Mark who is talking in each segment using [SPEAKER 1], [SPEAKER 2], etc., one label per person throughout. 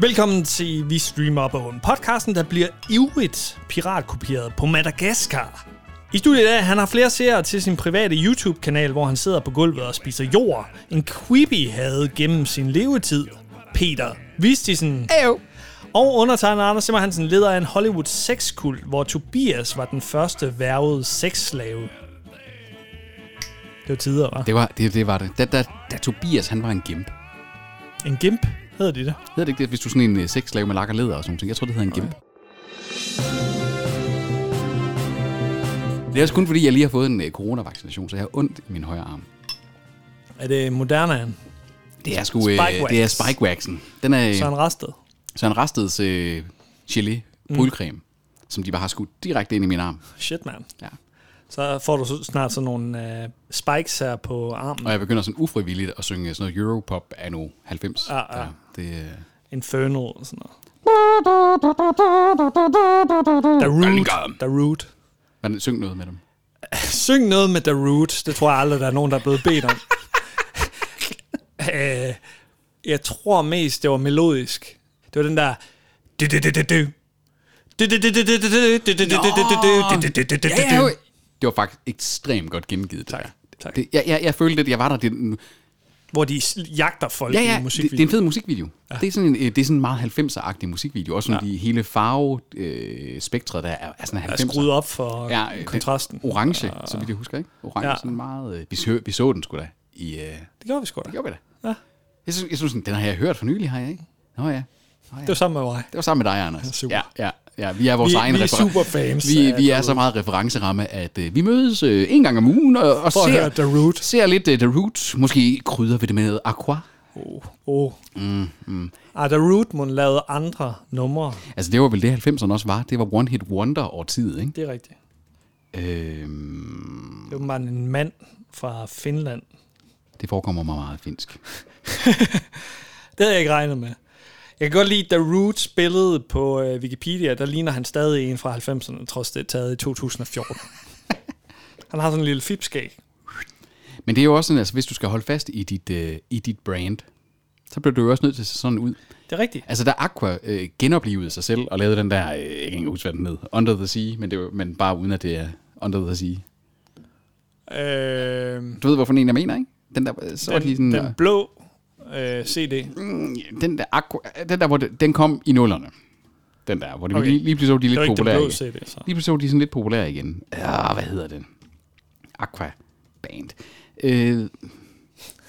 [SPEAKER 1] Velkommen til Vi Streamer på en podcasten, der bliver ivrigt piratkopieret på Madagaskar. I studiet i dag, han har flere serier til sin private YouTube-kanal, hvor han sidder på gulvet og spiser jord. En creepy havde gennem sin levetid. Peter Vistisen.
[SPEAKER 2] Ayo.
[SPEAKER 1] Og undertegnet Anders Simmerhansen, leder af en Hollywood sexkult, hvor Tobias var den første værvede sexslave. Det var tider, var.
[SPEAKER 2] Det var det, det, var det. Da, da, da Tobias han var en gimp.
[SPEAKER 1] En gimp hedder de det.
[SPEAKER 2] Hedder det ikke det, hvis du er sådan en øh, sexslave med lak og læder og sådan noget? Jeg tror, det hedder en gimp. Det er også kun fordi, jeg lige har fået en øh, coronavaccination, så jeg har ondt i min højre arm.
[SPEAKER 1] Er det Modernaen?
[SPEAKER 2] Det er sgu... Øh,
[SPEAKER 1] Spikewax.
[SPEAKER 2] det er spikewaxen. Den er øh,
[SPEAKER 1] Så er han restet.
[SPEAKER 2] Søren Rasteds øh, chili brylcreme, som de bare har skudt direkte ind i min arm.
[SPEAKER 1] Shit, man.
[SPEAKER 2] Ja.
[SPEAKER 1] Så får du så snart sådan nogle øh, spikes her på armen.
[SPEAKER 2] Og jeg begynder sådan ufrivilligt at synge sådan noget Europop anno 90.
[SPEAKER 1] Ja, ja.
[SPEAKER 2] det, øh,
[SPEAKER 1] Inferno og sådan noget. The Root.
[SPEAKER 2] Birmingham.
[SPEAKER 1] The Root.
[SPEAKER 2] man syng noget med dem.
[SPEAKER 1] Syng noget med The Root. Det tror jeg aldrig, der er nogen, der er blevet bedt om. øh, jeg tror mest, det var melodisk. Det var den der...
[SPEAKER 2] Ja, jo. Det var faktisk ekstremt godt gengivet. Tak.
[SPEAKER 1] tak.
[SPEAKER 2] Det, jeg, jeg, jeg følte lidt, jeg var der. Det,
[SPEAKER 1] Hvor de s- jagter folk
[SPEAKER 2] ja,
[SPEAKER 1] i
[SPEAKER 2] ja,
[SPEAKER 1] en
[SPEAKER 2] det,
[SPEAKER 1] musikvideo.
[SPEAKER 2] det er en fed musikvideo. Ja. Det, er sådan en, øh, det er sådan en meget 90'er-agtig musikvideo. Også sådan ja. de hele farvespektret, øh, spektret der er, er sådan 90'er.
[SPEAKER 1] skruet op for
[SPEAKER 2] Ja, øh,
[SPEAKER 1] kontrasten.
[SPEAKER 2] den Orange, så vidt jeg husker, ikke? Orange,
[SPEAKER 1] Ja.
[SPEAKER 2] ja. sådan meget... Øh, vi, så, vi så den sgu da. I, øh,
[SPEAKER 1] Det gjorde vi sgu da.
[SPEAKER 2] det gjorde vi da.
[SPEAKER 1] Ja.
[SPEAKER 2] Jeg synes, jeg synes sådan, den har jeg hørt for nylig, har jeg ikke? Nå ja. Nå, ja.
[SPEAKER 1] Det var sammen med mig.
[SPEAKER 2] Det var sammen med dig, Anders.
[SPEAKER 1] super.
[SPEAKER 2] Ja, ja, ja. Vi er vores
[SPEAKER 1] Vi-
[SPEAKER 2] egen
[SPEAKER 1] vi er
[SPEAKER 2] referen-
[SPEAKER 1] superfans af
[SPEAKER 2] Vi, vi er så meget referenceramme, at øh, vi mødes øh, en gang om ugen og, og
[SPEAKER 1] For at
[SPEAKER 2] ser,
[SPEAKER 1] høre The Root.
[SPEAKER 2] ser lidt øh, The Root. Måske krydder vi det med noget aqua.
[SPEAKER 1] Oh. oh. Mm, mm. Ah, da Rootmund lavede andre numre.
[SPEAKER 2] Altså, det var vel det, 90'erne også var. Det var One Hit Wonder over tid, ikke?
[SPEAKER 1] Det er rigtigt.
[SPEAKER 2] Øhm,
[SPEAKER 1] Det var bare en mand fra Finland.
[SPEAKER 2] det forekommer mig meget finsk.
[SPEAKER 1] Det havde jeg ikke regnet med. Jeg kan godt lide, da Root spillede på øh, Wikipedia, der ligner han stadig en fra 90'erne, trods det er taget i 2014. han har sådan en lille fipskæg.
[SPEAKER 2] Men det er jo også sådan, altså, hvis du skal holde fast i dit, øh, i dit brand, så bliver du jo også nødt til at se sådan ud.
[SPEAKER 1] Det er rigtigt.
[SPEAKER 2] Altså, da Aqua øh, genoplevede sig selv og lavede den der, øh, jeg kan ikke engang huske, hvad den hed, Under the Sea, men, det var, men bare uden at det er Under the Sea.
[SPEAKER 1] Øh,
[SPEAKER 2] Du ved, hvorfor en jeg mener, ikke? Den der, øh, så den, de
[SPEAKER 1] den,
[SPEAKER 2] sådan,
[SPEAKER 1] den blå øh, CD.
[SPEAKER 2] den, Mm, den der aqua, den der, hvor det, den kom i nullerne. Den der, hvor det
[SPEAKER 1] Okay.
[SPEAKER 2] okay. lige, lige pludselig så de
[SPEAKER 1] Det var
[SPEAKER 2] lidt
[SPEAKER 1] ikke den
[SPEAKER 2] populære
[SPEAKER 1] blå
[SPEAKER 2] igen.
[SPEAKER 1] CD, så.
[SPEAKER 2] Lige pludselig så de sådan lidt populære igen. Ja, hvad hedder den? Aqua Band. Øh,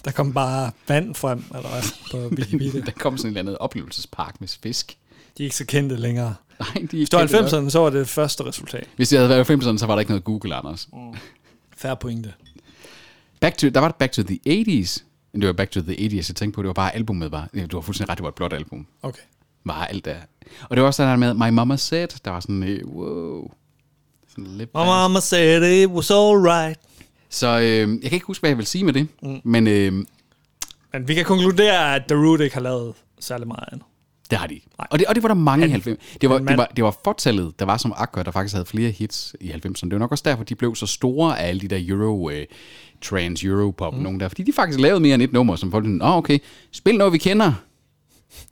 [SPEAKER 1] Der kom bare vand frem, eller hvad, på Wikipedia.
[SPEAKER 2] der kom sådan en eller anden oplevelsespark med fisk.
[SPEAKER 1] De er ikke så kendte længere.
[SPEAKER 2] Nej, de er ikke
[SPEAKER 1] Hvis det var
[SPEAKER 2] kendte nok.
[SPEAKER 1] 90'erne, så var det første resultat.
[SPEAKER 2] Hvis det havde været 90'erne, så var der ikke noget Google, Anders.
[SPEAKER 1] Færre pointe.
[SPEAKER 2] Back to, der var et Back to the 80s. Men det var Back to the 80s, jeg tænkte på. Det var bare albumet. Var, du har fuldstændig ret, det var et blåt album.
[SPEAKER 1] Okay.
[SPEAKER 2] Var alt der. Og det var også sådan der med My Mama Said. Der var sådan, øh, wow. Sådan lidt
[SPEAKER 1] My mama said it was alright.
[SPEAKER 2] Så øh, jeg kan ikke huske, hvad jeg vil sige med det. Mm. Men øh,
[SPEAKER 1] Men vi kan konkludere, at The Root ikke har lavet særlig meget andet.
[SPEAKER 2] det har de ikke. Og det, og det var der mange i 90'erne. Det var,
[SPEAKER 1] han mand-
[SPEAKER 2] det var, det var fortallet, der var som Aqua, der faktisk havde flere hits i 90'erne. Det var nok også derfor, de blev så store af alle de der Euro, øh, trans Europop mm. nogen der. Fordi de faktisk lavede mere end et nummer, som folk sådan, åh okay, spil noget, vi kender.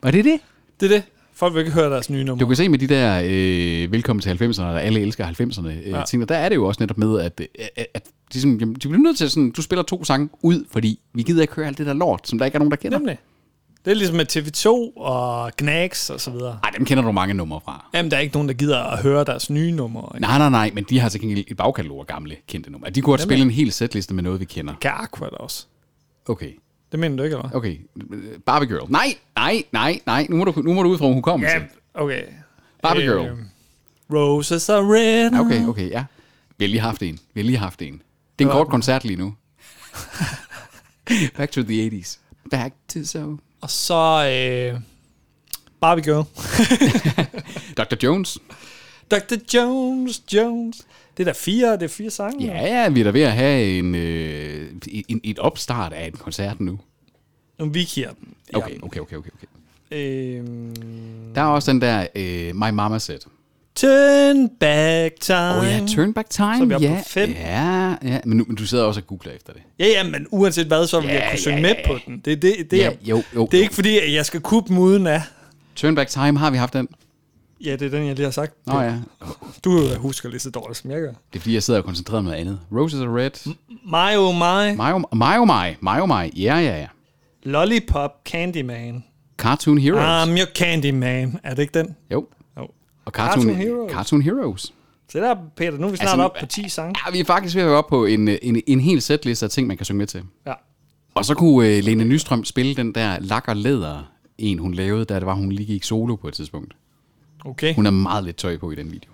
[SPEAKER 2] Var det det?
[SPEAKER 1] Det er det. Folk vil ikke høre deres nye nummer.
[SPEAKER 2] Du kan se med de der øh, velkommen til 90'erne, der alle elsker 90'erne, øh, ja. ting, der er det jo også netop med, at, øh, at, at de, sådan, jamen, de bliver nødt til sådan, du spiller to sange ud, fordi vi gider ikke høre alt det der lort, som der ikke er nogen, der kender.
[SPEAKER 1] Nemlig. Det er ligesom med TV2 og Gnags og så videre.
[SPEAKER 2] Nej, dem kender du mange numre fra.
[SPEAKER 1] Jamen, der er ikke nogen, der gider at høre deres nye nummer. Ikke?
[SPEAKER 2] Nej, nej, nej, men de har til gengæld et bagkatalog af gamle kendte numre. De kunne godt spille en hel setliste med noget, vi kender.
[SPEAKER 1] Kan Aqua da også.
[SPEAKER 2] Okay,
[SPEAKER 1] Det mener du ikke, eller hvad?
[SPEAKER 2] okay. Barbie Girl. Nej, nej, nej, nej. Nu må du, nu må du ud fra en hukommelse.
[SPEAKER 1] Ja, øh, okay. Øhm,
[SPEAKER 2] Barbie Girl.
[SPEAKER 1] Roses are red.
[SPEAKER 2] Okay, okay, ja. Vi har lige haft en. Vi har lige haft en. Det er en kort koncert lige nu. Back to the 80s. Back to so.
[SPEAKER 1] Og så øh, Barbie Girl.
[SPEAKER 2] Dr. Jones.
[SPEAKER 1] Dr. Jones, Jones. Det er da fire, det er fire sange.
[SPEAKER 2] Ja, ja, vi er da ved at have en, øh, en, et opstart af en koncert nu.
[SPEAKER 1] Nu vikier den. i
[SPEAKER 2] Okay,
[SPEAKER 1] aften.
[SPEAKER 2] okay, okay, okay. okay.
[SPEAKER 1] Øhm,
[SPEAKER 2] Der er også den der øh, My Mama set.
[SPEAKER 1] turn back time.
[SPEAKER 2] Åh oh, ja, Turn Back Time.
[SPEAKER 1] Så er vi oppe
[SPEAKER 2] ja,
[SPEAKER 1] på fem.
[SPEAKER 2] Ja, ja. Men, nu, men du sidder også og googler efter det.
[SPEAKER 1] Ja, ja, men uanset hvad, så vil
[SPEAKER 2] Ja,
[SPEAKER 1] jeg kunne
[SPEAKER 2] ja,
[SPEAKER 1] synge
[SPEAKER 2] ja,
[SPEAKER 1] med på den. Det, er det, det,
[SPEAKER 2] Ja,
[SPEAKER 1] er,
[SPEAKER 2] jo, jo,
[SPEAKER 1] det er
[SPEAKER 2] jo.
[SPEAKER 1] ikke fordi, at jeg skal kubbe dem uden af.
[SPEAKER 2] Turn Back Time, har vi haft den?
[SPEAKER 1] Ja, det er den, jeg lige har sagt.
[SPEAKER 2] Nå ja.
[SPEAKER 1] Du husker lige så dårligt, som jeg gør.
[SPEAKER 2] Det er fordi, jeg sidder og koncentrerer mig om noget andet. Roses are red.
[SPEAKER 1] My oh my,
[SPEAKER 2] Mayo, Mayo, Mayo, Mayo, Mayo. Ja, ja, ja.
[SPEAKER 1] Lollipop Candyman. Ah,
[SPEAKER 2] Cartoon Heroes.
[SPEAKER 1] I'm your Candyman. Er det ikke den?
[SPEAKER 2] Jo.
[SPEAKER 1] Jo.
[SPEAKER 2] Og Cartoon,
[SPEAKER 1] Cartoon Heroes.
[SPEAKER 2] Cartoon Heroes.
[SPEAKER 1] Så der, Peter, nu er vi snart
[SPEAKER 2] Altså,
[SPEAKER 1] altså, op på 10 sange.
[SPEAKER 2] Ja, vi er faktisk ved at være oppe på en, øh, en, en hel sætliste af ting, man kan synge med til.
[SPEAKER 1] Ja.
[SPEAKER 2] Og så kunne øh, Lene Nystrøm spille den der lak og læder, en hun lavede, da det var, hun lige gik solo på et tidspunkt.
[SPEAKER 1] Okay.
[SPEAKER 2] Hun har meget lidt tøj på i den video.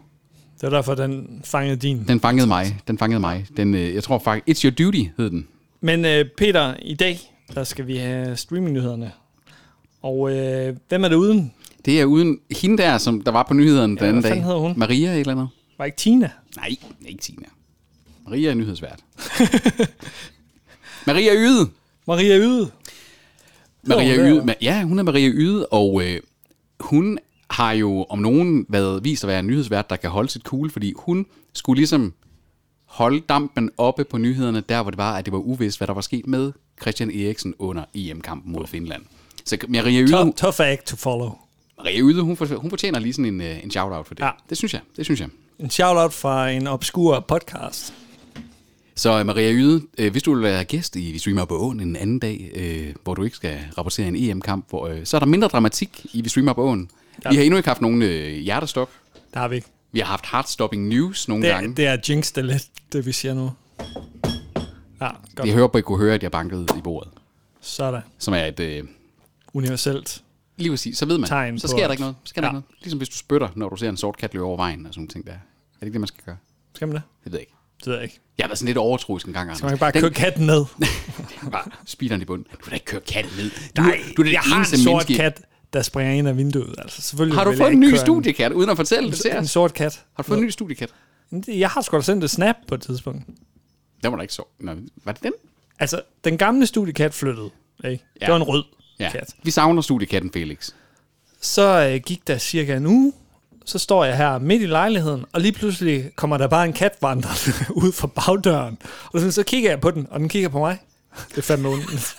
[SPEAKER 1] Det var derfor, den fangede din.
[SPEAKER 2] Den fangede mig. Den fangede mig. Den, øh, jeg tror faktisk, It's Your Duty hed den.
[SPEAKER 1] Men øh, Peter, i dag, der skal vi have streamingnyhederne. Og øh, hvem er det uden?
[SPEAKER 2] Det er uden hende der, som der var på nyhederne ja, den anden
[SPEAKER 1] hvad
[SPEAKER 2] dag.
[SPEAKER 1] fanden hedder hun?
[SPEAKER 2] Maria et eller andet?
[SPEAKER 1] Var ikke Tina?
[SPEAKER 2] Nej, ikke Tina. Maria er nyhedsvært. Maria Yde.
[SPEAKER 1] Maria Yde?
[SPEAKER 2] Maria
[SPEAKER 1] Nå,
[SPEAKER 2] Yde.
[SPEAKER 1] der.
[SPEAKER 2] Ma- Ja, hun er Maria Yde, og øh, hun har jo om nogen været vist at være en nyhedsvært, der kan holde sit cool, fordi hun skulle ligesom holde dampen oppe på nyhederne, der hvor det var, at det var uvist, hvad der var sket med Christian Eriksen under EM-kampen mod Finland. Så Maria Yde,
[SPEAKER 1] Tough, tough act to follow.
[SPEAKER 2] Maria Yde hun, for, hun fortjener lige sådan en, øh, en shout-out for det.
[SPEAKER 1] Ja.
[SPEAKER 2] Det synes jeg, det synes jeg.
[SPEAKER 1] En shout-out fra en obskur podcast.
[SPEAKER 2] Så øh, Maria Yde, øh, hvis du vil være gæst i Vi Streamer på Åen en anden dag, øh, hvor du ikke skal rapportere en EM-kamp, hvor, øh, så er der mindre dramatik i Vi Streamer på Åen. Vi har endnu ikke haft nogen øh, hjertestop.
[SPEAKER 1] Der har vi ikke.
[SPEAKER 2] Vi har haft heartstopping news nogle
[SPEAKER 1] Det er,
[SPEAKER 2] gange. Det,
[SPEAKER 1] det er jinx det lidt, det vi siger nu. Ja, godt.
[SPEAKER 2] jeg hører på, at I kunne høre, at jeg bankede i bordet.
[SPEAKER 1] Sådan.
[SPEAKER 2] Som er et... Øh,
[SPEAKER 1] Universelt.
[SPEAKER 2] lige præcis, så ved man.
[SPEAKER 1] Tegn
[SPEAKER 2] så
[SPEAKER 1] på,
[SPEAKER 2] sker der
[SPEAKER 1] at-
[SPEAKER 2] ikke noget. Så Sker der
[SPEAKER 1] Ja.
[SPEAKER 2] ikke noget. Ligesom hvis du spytter, når du ser en sort kat løbe over vejen og sådan nogle ting der. Er det ikke det, man skal gøre?
[SPEAKER 1] Skal man det?
[SPEAKER 2] Det ved jeg ikke.
[SPEAKER 1] Det ved jeg ikke.
[SPEAKER 2] Jeg har været sådan lidt overtroisk en gang, Anders.
[SPEAKER 1] Skal man ikke bare køre katten ned?
[SPEAKER 2] bare speederen i bunden. Du kan da ikke køre katten ned. Du,
[SPEAKER 1] Nej,
[SPEAKER 2] du er det
[SPEAKER 1] jeg har
[SPEAKER 2] eneste
[SPEAKER 1] en sort
[SPEAKER 2] menneske.
[SPEAKER 1] kat, der springer ind af vinduet. Altså, selvfølgelig
[SPEAKER 2] Har du
[SPEAKER 1] vil jeg
[SPEAKER 2] fået en
[SPEAKER 1] ikke
[SPEAKER 2] ny
[SPEAKER 1] køre
[SPEAKER 2] studiekat, uden at fortælle det til
[SPEAKER 1] En, en
[SPEAKER 2] os?
[SPEAKER 1] sort kat.
[SPEAKER 2] Har du fået en ny studiekat?
[SPEAKER 1] Jeg har sgu da sendt et snap på et tidspunkt.
[SPEAKER 2] Den var der ikke så. Nå, var det den?
[SPEAKER 1] Altså, den gamle studiekat flyttede. Ikke? Ja.
[SPEAKER 2] Ja.
[SPEAKER 1] Det var en rød ja. kat.
[SPEAKER 2] Vi savner studiekatten, Felix.
[SPEAKER 1] Så øh, gik der cirka en uge, så står jeg her midt i lejligheden, og lige pludselig kommer der bare en kat vandrende ud fra bagdøren. Og så, så kigger jeg på den, og den kigger på mig. Det er fandme ondt.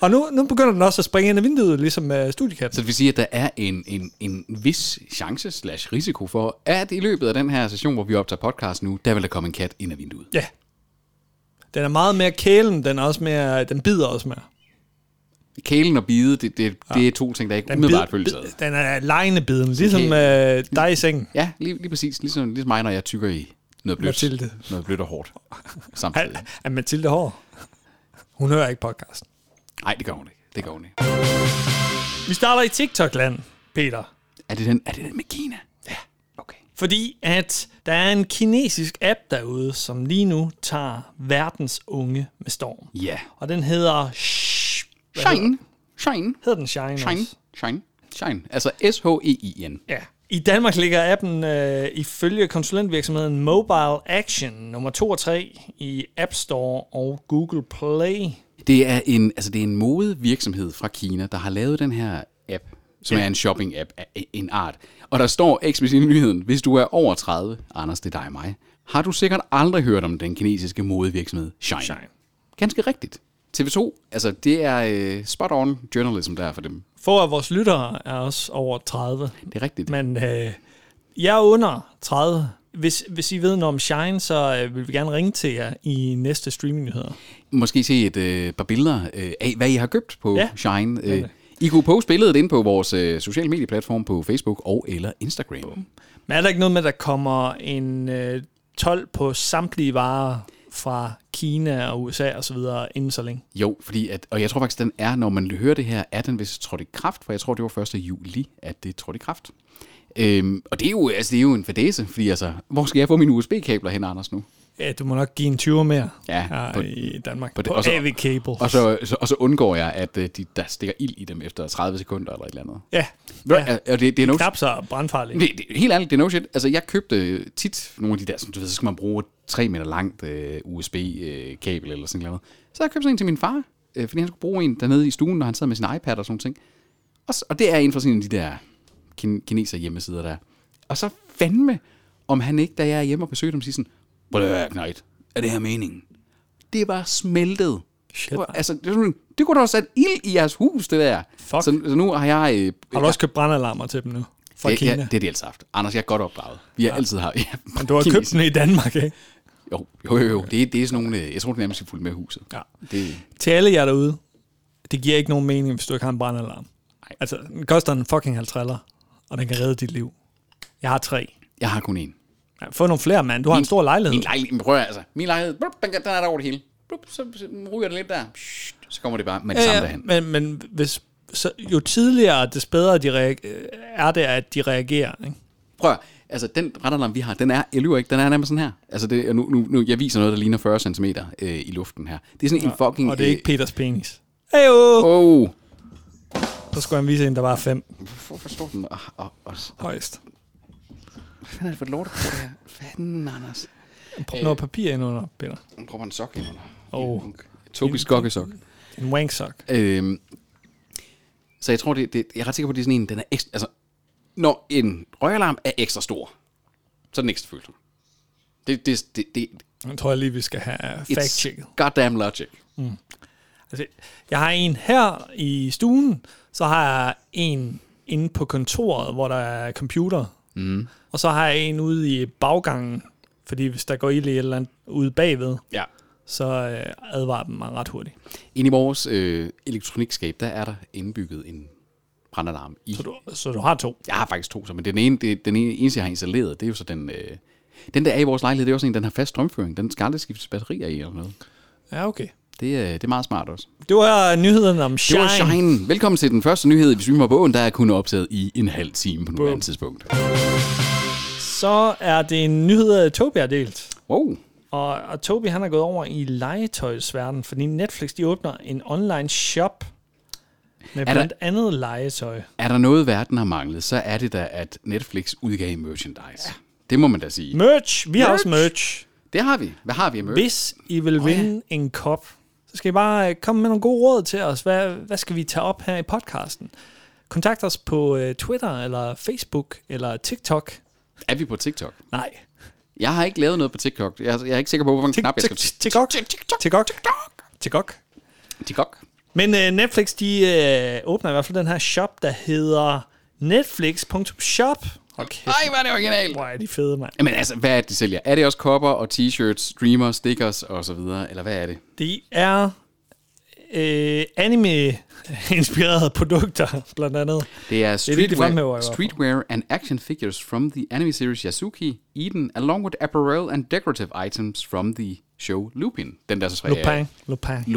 [SPEAKER 1] og nu, nu begynder den også at springe ind af vinduet, ligesom øh,
[SPEAKER 2] Så
[SPEAKER 1] studiekatten.
[SPEAKER 2] det vil sige, at der er en, en, en vis chance slash risiko for, at i løbet af den her session, hvor vi optager podcast nu, der vil der komme en kat ind ad vinduet.
[SPEAKER 1] Ja. Den er meget mere kælen, den, er også mere, den bider også mere.
[SPEAKER 2] Kælen og bide, det, det, det er to ting, der ikke
[SPEAKER 1] Den,
[SPEAKER 2] umiddelbart
[SPEAKER 1] bid-
[SPEAKER 2] følges ad.
[SPEAKER 1] bid- den er lejnebiden, ligesom øh, dig i sengen.
[SPEAKER 2] Ja, lige, lige præcis. Ligesom, ligesom mig, når jeg tykker i noget blødt.
[SPEAKER 1] Mathilde.
[SPEAKER 2] Noget blødt og hårdt. Samtidig.
[SPEAKER 1] Er, er Mathilde Hård? Hun hører ikke podcasten.
[SPEAKER 2] Nej, det gør hun ikke. Det gør hun ikke.
[SPEAKER 1] Vi starter i TikTok-land, Peter.
[SPEAKER 2] Er det den, er det den med Kina? Ja. Okay.
[SPEAKER 1] Fordi at der er en kinesisk app derude, som lige nu tager verdens unge med storm.
[SPEAKER 2] Ja.
[SPEAKER 1] Og den hedder... Sh- hvad hedder-
[SPEAKER 2] Shine. Shine.
[SPEAKER 1] Hedder den Shine,
[SPEAKER 2] Shine.
[SPEAKER 1] Også?
[SPEAKER 2] Shine. Shine. Altså S-H-E-I-N.
[SPEAKER 1] Ja. I Danmark ligger appen øh, ifølge konsulentvirksomheden Mobile Action nummer 2 og 3 i App Store og Google Play.
[SPEAKER 2] Det er en, altså det er en modevirksomhed fra Kina, der har lavet den her app, som ja. er en shopping-app af en art. Og der står eksplicit i nyheden, hvis du er over 30, Anders, det er dig og mig, har du sikkert aldrig hørt om den kinesiske modevirksomhed Shine.
[SPEAKER 1] Shine.
[SPEAKER 2] Ganske rigtigt. TV2, altså det er øh, spot-on journalism der er for dem.
[SPEAKER 1] Få af vores lyttere er også over 30.
[SPEAKER 2] Det er rigtigt.
[SPEAKER 1] Men øh, jeg er under 30. Hvis, hvis I ved noget om Shine, så øh, vil vi gerne ringe til jer i næste streamingnyheder.
[SPEAKER 2] Måske se et øh, par billeder øh, af, hvad I har købt på ja.
[SPEAKER 1] Ja.
[SPEAKER 2] Shine. Øh, I kunne poste billedet ind på vores øh, sociale medieplatform på Facebook og eller Instagram.
[SPEAKER 1] Men er der ikke noget med, at der kommer en øh, 12 på samtlige varer fra Kina og USA osv. inden så længe?
[SPEAKER 2] Jo, fordi at, og jeg tror faktisk, den er, når man hører det her, er den vist trådt i kraft, for jeg tror, det var 1. juli, at det trådte i kraft. Øhm, og det er, jo, altså, det er jo en fadese, fordi altså, hvor skal jeg få mine USB-kabler hen, Anders, nu?
[SPEAKER 1] Ja, du må nok give en 20 mere
[SPEAKER 2] Ja,
[SPEAKER 1] her
[SPEAKER 2] på-
[SPEAKER 1] på, i Danmark.
[SPEAKER 2] på
[SPEAKER 1] På,
[SPEAKER 2] det-
[SPEAKER 1] på
[SPEAKER 2] og så-
[SPEAKER 1] AV Cable.
[SPEAKER 2] Og så, så, og så undgår jeg, at øh, de, der stikker ild i dem efter 30 sekunder eller et eller andet.
[SPEAKER 1] ja,
[SPEAKER 2] Ja.
[SPEAKER 1] ja.
[SPEAKER 2] Og det, det er no
[SPEAKER 1] knap så brandfarligt.
[SPEAKER 2] Det, det, helt ærligt, det er no shit. Altså, jeg købte tit nogle af de der, sådan, du ved, så skal man bruge et 3 meter langt øh, USB-kabel eller sådan noget. Så har jeg købt sådan en til min far, øh, fordi han skulle bruge en dernede i stuen, når han sad med sin iPad og sådan ting. Og, s- og det er en fra sådan en af de der kin- kineser hjemmesider der. Og så fandme, om han ikke, da jeg er hjemme og besøger dem, siger sådan, prøv at høre, Knight, er det her meningen? Det var smeltet.
[SPEAKER 1] Shit.
[SPEAKER 2] Hvor- Altså, det, er sådan, det kunne da have sat ild i jeres hus, det der.
[SPEAKER 1] Fuck.
[SPEAKER 2] Så, så nu har jeg... Øh,
[SPEAKER 1] Har du også købt brandalarmer til dem nu? Fra
[SPEAKER 2] det,
[SPEAKER 1] Kina.
[SPEAKER 2] Ja, det er de altid haft. Anders, jeg er godt opdraget. Vi har ja. altid haft... Ja,
[SPEAKER 1] Men du har købt den i Danmark, ikke?
[SPEAKER 2] Jo, jo, jo. jo. Det, det er sådan nogle... øh, Jeg tror, det nærmest er fuldt med huset.
[SPEAKER 1] Ja.
[SPEAKER 2] Det,
[SPEAKER 1] Til alle jer derude, det giver ikke nogen mening, hvis du ikke har en brandalarm.
[SPEAKER 2] Nej.
[SPEAKER 1] Altså, den koster en fucking 50, og den kan redde dit liv. Jeg har tre.
[SPEAKER 2] jeg har kun én.
[SPEAKER 1] Ja, Få nogle flere, mand. Du har en stor lejlighed.
[SPEAKER 2] Min lejlighed, men prøv at- altså. Min lejlighed, blup, den, den er der over det hele. Blup, så, så ryger det lidt der. Pssst, så kommer det bare med det samme derhen.
[SPEAKER 1] men, men hvis, så, jo tidligere, des bedre de reager, er det, at de reagerer. Ikke?
[SPEAKER 2] Prøv at- altså den radalarm, vi har, den er, jeg lyver ikke, den er nærmest sådan her. Altså det, og nu, nu, nu, jeg viser noget, der ligner 40 cm øh, i luften her. Det er sådan en fucking...
[SPEAKER 1] Og det er ikke Peters penis. Ejo!
[SPEAKER 2] Øh, oh,
[SPEAKER 1] Så skulle han vise en, der var fem
[SPEAKER 2] hvorfor forstår den? Og, og, og,
[SPEAKER 1] højst.
[SPEAKER 2] hvad fanden er det for et lort på det her? Fanden, Anders.
[SPEAKER 1] Prøv noget papir ind under, Peter.
[SPEAKER 2] Nu prøver en sok ind under.
[SPEAKER 1] Åh.
[SPEAKER 2] Tobi skokkesok.
[SPEAKER 1] En wanksok.
[SPEAKER 2] Øhm, så jeg tror, det, det, jeg er ret sikker på, at det er sådan en, den er ekstra, altså, når en røgalarm er ekstra stor, så er den ekstra følsom. Det, det, det, det
[SPEAKER 1] Jeg tror jeg lige, vi skal have fact-checket.
[SPEAKER 2] it's goddamn logic.
[SPEAKER 1] Altså, jeg har en her i stuen, så har jeg en inde på kontoret, hvor der er computer.
[SPEAKER 2] Mhm.
[SPEAKER 1] Mm. Og så har jeg en ude i baggangen, fordi hvis der går ild i et eller andet ude bagved,
[SPEAKER 2] Ja.
[SPEAKER 1] så øh, advarer den mig ret hurtigt.
[SPEAKER 2] Inde i vores øh, elektronikskab, der er der indbygget en brandalarm i.
[SPEAKER 1] Så du, så du har to.
[SPEAKER 2] Jeg har faktisk to, så, men den ene, det, den ene, eneste, jeg har installeret, det er jo så den... Øh, den der er i vores lejlighed, det er også en, den har fast strømføring. Den skal aldrig skiftes batterier i eller noget.
[SPEAKER 1] Ja, okay.
[SPEAKER 2] Det, øh, det er meget smart også.
[SPEAKER 1] Det var nyheden om Shine.
[SPEAKER 2] Det var Shine. Velkommen til den første nyhed, hvis vi var bogen, der er kun optaget i en halv time på nuværende tidspunkt.
[SPEAKER 1] Så er det en nyhed, Tobi har delt.
[SPEAKER 2] Wow.
[SPEAKER 1] Og, og Tobi han er gået over i legetøjsverdenen, fordi Netflix de åbner en online shop med
[SPEAKER 2] der-
[SPEAKER 1] blandt andet legetøj.
[SPEAKER 2] Er der noget, verden har manglet, så er det da, at Netflix udgav merchandise. Ja. Det må man da sige.
[SPEAKER 1] Merch! Vi har også
[SPEAKER 2] Merch.
[SPEAKER 1] merch.
[SPEAKER 2] Det har vi. Hvad har vi af merch?
[SPEAKER 1] Hvis I vil
[SPEAKER 2] Åh, ja.
[SPEAKER 1] vinde en kop, så skal I bare øh, komme med nogle gode råd til os. Hvad, hvad skal vi tage op her i podcasten? Kontakt os på øh, Twitter, eller Facebook, eller TikTok.
[SPEAKER 2] Er vi på TikTok?
[SPEAKER 1] Nej.
[SPEAKER 2] Jeg har ikke lavet noget på TikTok. Jeg er, jeg er ikke sikker på, hvor mange knap jeg skal...
[SPEAKER 1] TikTok. TikTok. TikTok.
[SPEAKER 2] TikTok?
[SPEAKER 1] Men øh, Netflix, de øh, åbner i hvert fald den her shop, der hedder netflix.shop. Hold kæft,
[SPEAKER 2] Ej, hvor er det originalt.
[SPEAKER 1] hvor er de fede, mand.
[SPEAKER 2] Jamen altså, hvad er det, de sælger? Er det også kopper og t-shirts, streamer, stickers og så videre? Eller hvad er det?
[SPEAKER 1] Det er øh, anime-inspirerede produkter, blandt andet.
[SPEAKER 2] Det er
[SPEAKER 1] er det, de fremhæver i
[SPEAKER 2] streetwear,
[SPEAKER 1] hvert fald.
[SPEAKER 2] streetwear and action figures from the anime series Yasuki, Eden, along with apparel and decorative items from the show Lupin. Den der så tre øh,
[SPEAKER 1] Lupin. Lupin.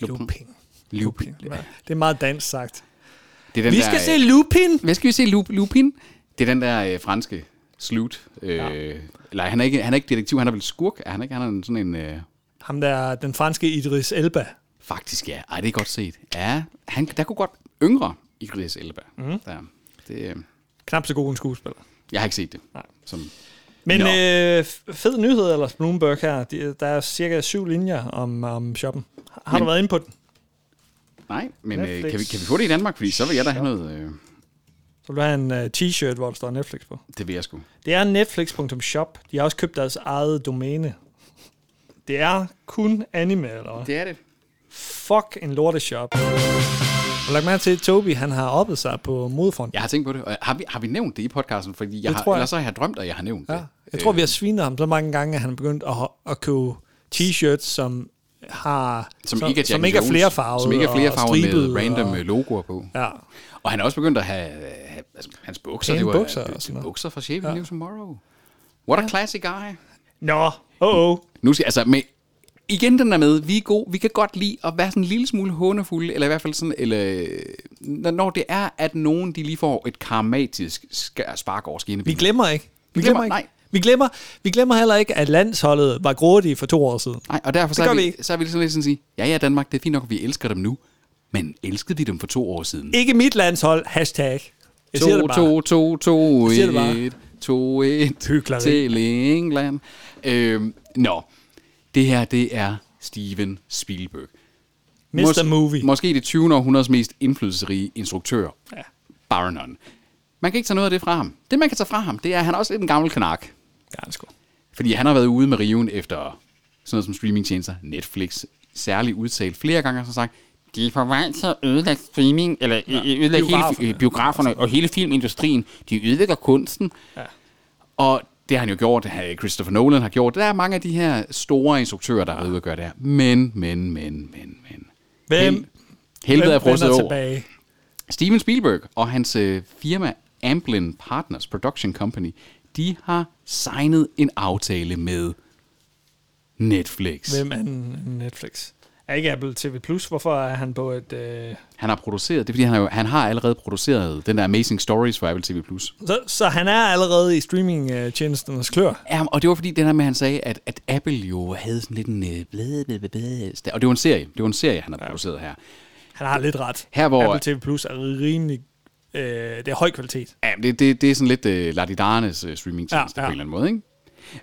[SPEAKER 2] Lupin.
[SPEAKER 1] Lupin.
[SPEAKER 2] Lupin.
[SPEAKER 1] Det er meget dansk sagt.
[SPEAKER 2] Det er den
[SPEAKER 1] Vi
[SPEAKER 2] der,
[SPEAKER 1] skal
[SPEAKER 2] øh,
[SPEAKER 1] se Lupin.
[SPEAKER 2] Hvad skal vi se, Lup, Lupin? Det er den der øh, franske slut. Øh, ja. Eller han er, ikke, han er ikke detektiv, han er vel skurk? Er han ikke? Han er en- sådan en... Øh,
[SPEAKER 1] Ham der, den franske Idris Elba.
[SPEAKER 2] faktisk, ja. Ej, det er godt set. Ja, han, der kunne godt yngre Idris Elba.
[SPEAKER 1] Mhm.
[SPEAKER 2] Mm. Der. Det, øh,
[SPEAKER 1] Knap så god en skuespiller.
[SPEAKER 2] jeg har ikke set det.
[SPEAKER 1] Nej.
[SPEAKER 2] Som,
[SPEAKER 1] Men
[SPEAKER 2] Nå.
[SPEAKER 1] øh, f- fed nyhed, eller Bloomberg her. De, der er cirka syv linjer om, om shoppen. Har har du
[SPEAKER 2] Men-
[SPEAKER 1] været inde på den?
[SPEAKER 2] nej, men øh,
[SPEAKER 1] Netflix.
[SPEAKER 2] kan, vi, kan vi få det i Danmark? Fordi så vil jeg da have noget... Øh,
[SPEAKER 1] Så vil du have en øh, t-shirt, hvor der står Netflix på.
[SPEAKER 2] det vil jeg sgu.
[SPEAKER 1] Det er netflix.shop. De har også købt deres eget domæne. Det er kun anime, eller hvad?
[SPEAKER 2] Det er det.
[SPEAKER 1] Fuck en lorteshop. Og lagt mærke til, at Toby han har oppet sig på modfronten.
[SPEAKER 2] Jeg har tænkt på det. Og har, vi, har vi nævnt det i podcasten? Fordi jeg
[SPEAKER 1] Det
[SPEAKER 2] har,
[SPEAKER 1] tror jeg.
[SPEAKER 2] Ellers så har jeg drømt, at jeg har nævnt det.
[SPEAKER 1] Jeg tror, vi har svinet ham så mange gange, at han er begyndt at, ho- at købe t-shirts, som har
[SPEAKER 2] Som, som ikke er, Jack
[SPEAKER 1] som ikke er
[SPEAKER 2] Jones,
[SPEAKER 1] flere farver.
[SPEAKER 2] Som ikke er flere farver med random
[SPEAKER 1] Og,
[SPEAKER 2] og... logoer på.
[SPEAKER 1] ja.
[SPEAKER 2] Og han er også begyndt at have, have altså, hans bukser.
[SPEAKER 1] Pæne
[SPEAKER 2] det var,
[SPEAKER 1] bukser
[SPEAKER 2] det-
[SPEAKER 1] og sådan noget.
[SPEAKER 2] Bukser fra Shaving ja. New Tomorrow. What a classic guy.
[SPEAKER 1] Nå, oh, oh.
[SPEAKER 2] Nu skal altså med Igen den er med, vi er gode, vi kan godt lide at være sådan en lille smule hånefulde, eller i hvert fald sådan, eller, øh, når- når det er, at nogen de lige får et karmatisk sk- spark over skinnebenet.
[SPEAKER 1] Vi glemmer ikke. Vi
[SPEAKER 2] glemmer-
[SPEAKER 1] glemmer, ikke.
[SPEAKER 2] nej.
[SPEAKER 1] Vi glemmer, vi glemmer heller ikke, at landsholdet var grådige for to år siden.
[SPEAKER 2] Nej, og derfor så
[SPEAKER 1] gør
[SPEAKER 2] er,
[SPEAKER 1] vi
[SPEAKER 2] vi,
[SPEAKER 1] ikke.
[SPEAKER 2] så er vi ligesom lidt sådan at sige, ja ja Danmark, det er fint nok, at vi elsker dem nu, men elskede vi dem for to år siden?
[SPEAKER 1] Ikke mit landshold, hashtag. Jeg siger det bare.
[SPEAKER 2] 2, 2, 2,
[SPEAKER 1] Jeg siger det bare.
[SPEAKER 2] 1, 2, 1
[SPEAKER 1] Hykleri.
[SPEAKER 2] til England. Øhm, nå, det her det er Steven Spielberg.
[SPEAKER 1] Mr. Movie.
[SPEAKER 2] Måske det 20. århundredes mest indflydelsesrige instruktør.
[SPEAKER 1] Ja.
[SPEAKER 2] Bare none. Man kan ikke tage noget af det fra ham. Det man kan tage fra ham, det er, at han er også lidt en gammel knak.
[SPEAKER 1] Ja, det er sgu.
[SPEAKER 2] Fordi han har været ude med riven efter sådan noget som streamingtjenester, Netflix, særligt udtalt flere gange, og så sagt, de er på vej til at ødelægge streaming, eller ja, ødelægge biograferne.
[SPEAKER 1] biograferne.
[SPEAKER 2] hele biograferne og hele filmindustrien. De ødelægger kunsten. Ja. Og det har han jo gjort, det har Christopher Nolan har gjort. Der er mange af de her store instruktører, der har været ude og gøre det her. Men, men, men, men, men.
[SPEAKER 1] Hvem,
[SPEAKER 2] Hel- Helvede er
[SPEAKER 1] hvem
[SPEAKER 2] frosset
[SPEAKER 1] vender
[SPEAKER 2] over.
[SPEAKER 1] tilbage?
[SPEAKER 2] Steven Spielberg og hans øh, firma Amblin Partners Production Company, de har signet en aftale med Netflix.
[SPEAKER 1] Hvem er en Netflix? Er ikke Apple TV+, Plus? hvorfor er han på et... Øh...
[SPEAKER 2] Han har produceret, det er fordi, han, har jo, han har allerede produceret den der Amazing Stories for Apple TV+.
[SPEAKER 1] Så, så han er allerede i streamingtjenesternes klør.
[SPEAKER 2] Ja, og det var fordi, det der med, at han sagde, at, at Apple jo havde sådan lidt en... øh, blæ, blæ, blæ, blæ, sta- Og det var en serie, det var en serie, han har produceret her.
[SPEAKER 1] Han har lidt ret.
[SPEAKER 2] Her, hvor-
[SPEAKER 1] Apple TV Plus er rimelig... Øh, det er høj kvalitet.
[SPEAKER 2] Ja, det, det, det er sådan lidt uh, Ladidanes uh, streamingtjeneste ja,
[SPEAKER 1] Ja, ja.
[SPEAKER 2] ja. på en eller anden måde, ikke?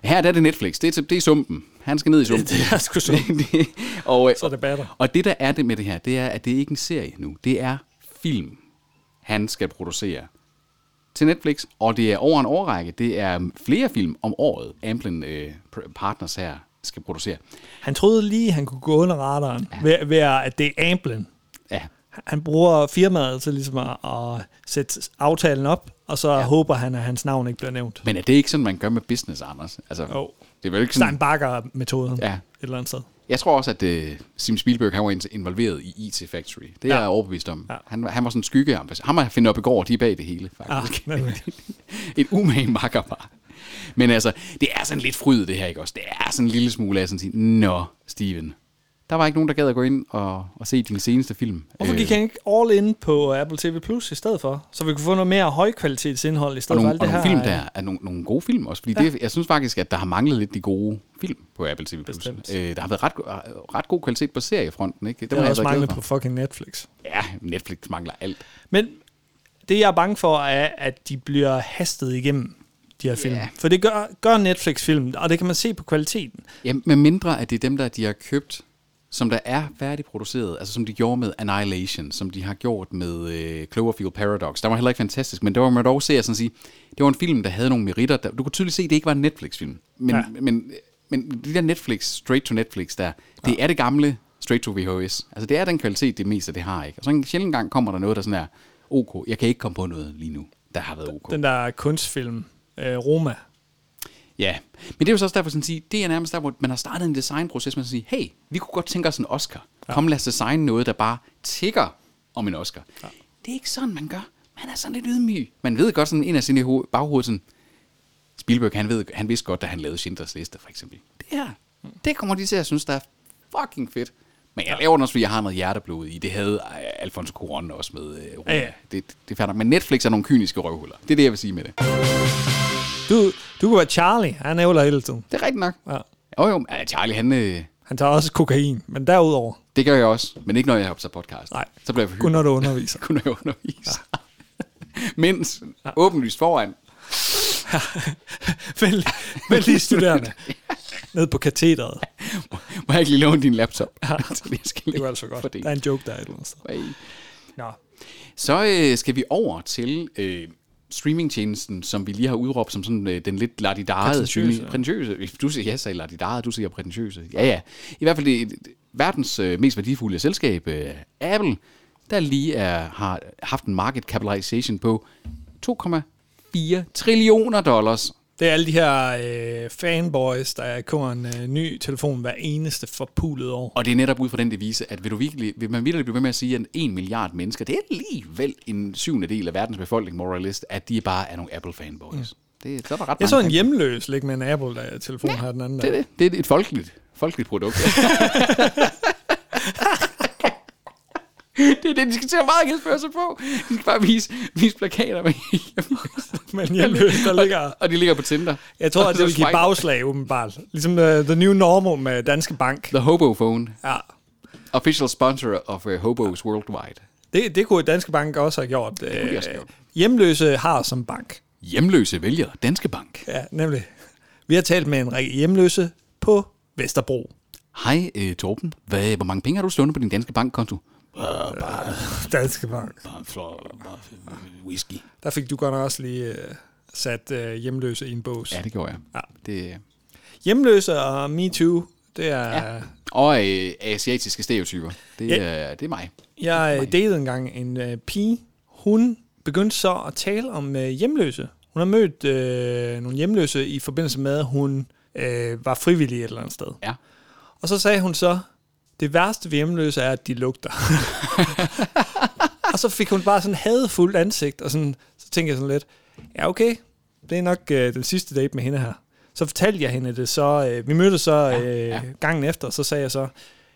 [SPEAKER 2] Her der er det Netflix, det er, det er sumpen. Han skal ned i sumpen.
[SPEAKER 1] Det er sgu så,
[SPEAKER 2] Det- og, øh,
[SPEAKER 1] så er det batter.
[SPEAKER 2] Og det, der er det med det her, det er, at det er ikke en serie nu. Det er film, han skal producere til Netflix, og det er over en årrække. Det er flere film om året, Amblin øh, pr- Partners her skal producere.
[SPEAKER 1] Han troede lige, han kunne gå under radaren ja. ved, ved, at det er Amblin.
[SPEAKER 2] Ja,
[SPEAKER 1] Han bruger firmaet til ligesom at, at sætte aftalen op, og så ja. håber han, at hans navn ikke bliver nævnt.
[SPEAKER 2] men er det ikke sådan, man gør med business, Anders? Altså,
[SPEAKER 1] Jo.
[SPEAKER 2] Det er vel ikke sådan...
[SPEAKER 1] Steinbacher-metoden
[SPEAKER 2] Ja.
[SPEAKER 1] et eller andet sted.
[SPEAKER 2] Jeg tror også, at øh, Sim Spielberg han var in- involveret i IT Factory. Det er
[SPEAKER 1] Ja.
[SPEAKER 2] jeg overbevist om.
[SPEAKER 1] Ja.
[SPEAKER 2] Han, var- han var sådan en skygge. Han var finde op i går, de er bag det hele, faktisk.
[SPEAKER 1] Ah, nemlig.
[SPEAKER 2] et umage makkerpar. Men altså, det er sådan lidt fryd, det her, ikke også? Det er sådan en lille smule af sådan at sige, Nå, Steven, der var ikke nogen, der gad at gå ind og, og se din seneste film.
[SPEAKER 1] Hvorfor gik
[SPEAKER 2] Øh,
[SPEAKER 1] han ikke all in på Apple TV Plus i stedet for? Så vi kunne få noget mere højkvalitetsindhold i
[SPEAKER 2] og
[SPEAKER 1] stedet
[SPEAKER 2] nogle,
[SPEAKER 1] for
[SPEAKER 2] og
[SPEAKER 1] alt
[SPEAKER 2] nogle
[SPEAKER 1] det her.
[SPEAKER 2] film, der er nogle, nogle gode film også. Fordi ja. det, jeg synes faktisk, at der har manglet lidt de gode film på Apple TV+. Plus. Øh,
[SPEAKER 1] Bestemt.
[SPEAKER 2] der har været ret, go- øh, ret god kvalitet på seriefronten. Ikke?
[SPEAKER 1] Det har også manglet
[SPEAKER 2] glad
[SPEAKER 1] på fucking Netflix.
[SPEAKER 2] for. Ja, Netflix mangler alt.
[SPEAKER 1] Men det, jeg er bange for, er, at de bliver hastet igennem, de her film.
[SPEAKER 2] Ja.
[SPEAKER 1] For det gør, gør Netflix-film, og det kan man se på kvaliteten.
[SPEAKER 2] Ja, med mindre at det er dem, der de har købt, som der er færdigproduceret, altså som de gjorde med Annihilation, som de har gjort med øh, Cloverfield Paradox. Der var heller ikke fantastisk, men der var man dog se, at sådan sige, det var en film, der havde nogle meritter. Der, du kunne tydeligt se, at det ikke var en Netflix-film. Men, ja.
[SPEAKER 1] Ja.
[SPEAKER 2] men, men de der Netflix, straight to Netflix der, det er det gamle straight to VHS. Altså det er den kvalitet, det meste det har, ikke? Og så en sjældent gang kommer der noget, der sådan er, ok, jeg kan ikke komme på noget lige nu, der har været ok.
[SPEAKER 1] Den der kunstfilm, øh, Roma.
[SPEAKER 2] Ja, men det er jo så også derfor, sådan at sige, det er nærmest der, hvor man har startet en designproces, man siger, hey, vi kunne godt tænke os en Oscar. Ja. Kom, lad os designe noget, der bare tigger om en Oscar. Ja. Det er ikke sådan, man gør. Man er sådan lidt ydmyg. Man ved godt sådan en af sine ho- baghoved, sådan, Spielberg, han, ved, han vidste godt, da han lavede Schindlers Liste, for eksempel. Det her, det kommer de til at synes, der er fucking fedt. Men jeg laver den også, fordi jeg har noget hjerteblod i. Det havde øh, Alfonso Cuarón også med. Øh, Roma.
[SPEAKER 1] Ja, ja.
[SPEAKER 2] Det, det er fair nok. Men Netflix er nogle kyniske røvhuller. Det er det, jeg vil sige med det.
[SPEAKER 1] Du, du kunne være Charlie, han ævler hele tiden.
[SPEAKER 2] Det er rigtigt nok.
[SPEAKER 1] Ja.
[SPEAKER 2] Jo, jo, ja, Charlie, han, øh,
[SPEAKER 1] Han tager også kokain, men derudover,
[SPEAKER 2] det gør jeg også, men ikke når jeg optager podcast.
[SPEAKER 1] Nej.
[SPEAKER 2] Så bliver jeg for
[SPEAKER 1] kun
[SPEAKER 2] hyggelig.
[SPEAKER 1] når du underviser.
[SPEAKER 2] Kun når jeg underviser. Mens åbenlyst foran.
[SPEAKER 1] Vældig, vældig studerende. Ned på katedret.
[SPEAKER 2] Må jeg ikke lige låne din laptop? Ja. jeg skal
[SPEAKER 1] Det
[SPEAKER 2] lige
[SPEAKER 1] var altså godt.
[SPEAKER 2] få det.
[SPEAKER 1] Der er en joke der et eller andet sted. Nå.
[SPEAKER 2] Så øh, skal vi over til øh, streamingtjenesten, som vi lige har udråbt som sådan øh, den lidt ladidarede
[SPEAKER 1] Prætentiøse.
[SPEAKER 2] streaming. Prætentiøse. Du siger, jeg sagde ladidarede, du siger prætentiøse. Ja, ja. I hvert fald det, det- verdens øh, mest værdifulde selskab, øh, Apple, der lige er, har haft en market capitalization på 2,4 trillioner dollars.
[SPEAKER 1] Det er alle de her øh, fanboys, der køber en øh, ny telefon hver eneste forpulet år.
[SPEAKER 2] Og det er netop ud fra den devise, at vil, du virkelig, vil man virkelig blive ved med at sige, at en milliard mennesker, det er alligevel en syvende del af verdens befolkning, moralist, at de bare er nogle Apple-fanboys. Ja. Det, så er der ret
[SPEAKER 1] Jeg så
[SPEAKER 2] mange
[SPEAKER 1] en hjemløs ligge med en Apple-telefon her den anden
[SPEAKER 2] Det
[SPEAKER 1] dag.
[SPEAKER 2] er det. Det er et folkeligt, folkeligt produkt. det er det, de skal til at markedsføre sig på. De skal bare vise, vise plakater med
[SPEAKER 1] Men hjemløs, der ligger...
[SPEAKER 2] Og de ligger på Tinder.
[SPEAKER 1] Jeg tror,
[SPEAKER 2] Og
[SPEAKER 1] at
[SPEAKER 2] så
[SPEAKER 1] det vil give
[SPEAKER 2] swiper-
[SPEAKER 1] bagslag, åbenbart. Ligesom uh, The New Normal med Danske Bank.
[SPEAKER 2] The Hobo Phone.
[SPEAKER 1] Ja.
[SPEAKER 2] Official sponsor of uh, Hobos Worldwide.
[SPEAKER 1] Det, det kunne Danske Bank også have gjort. Det
[SPEAKER 2] kunne de også have gjort.
[SPEAKER 1] Hjemløse har som bank.
[SPEAKER 2] Hjemløse vælger Danske Bank.
[SPEAKER 1] Ja, nemlig. Vi har talt med en række hjemløse på Vesterbro.
[SPEAKER 2] Hej, øh, Torben. Hvad, hvor mange penge har du stående på din Danske Bank-konto?
[SPEAKER 1] Danske Bank.
[SPEAKER 2] Bare for, bare whisky.
[SPEAKER 1] Der fik du godt nok også lige øh, sat øh, hjemløse i en bås.
[SPEAKER 2] Ja, det gjorde jeg.
[SPEAKER 1] Ja.
[SPEAKER 2] Det,
[SPEAKER 1] Hjemløse og MeToo, Det er... Ja.
[SPEAKER 2] Og øh, asiatiske stereotyper. Det,
[SPEAKER 1] Ja.
[SPEAKER 2] ja. øh, det er mig.
[SPEAKER 1] Jeg øh, datede engang en øh, pige. Hun begyndte så at tale om øh, hjemløse. Hun har mødt øh, nogle hjemløse i forbindelse med, at hun øh, var frivillig et eller andet sted.
[SPEAKER 2] Ja.
[SPEAKER 1] Og så sagde hun så, det værste ved hjemløse er, at de lugter. og så fik hun bare sådan hadefuldt ansigt, og sådan, så tænkte jeg sådan lidt, ja okay, det er nok øh, den sidste date med hende her. Så fortalte jeg hende det, så øh, vi mødtes så øh, ja, ja. gangen efter, så sagde jeg så,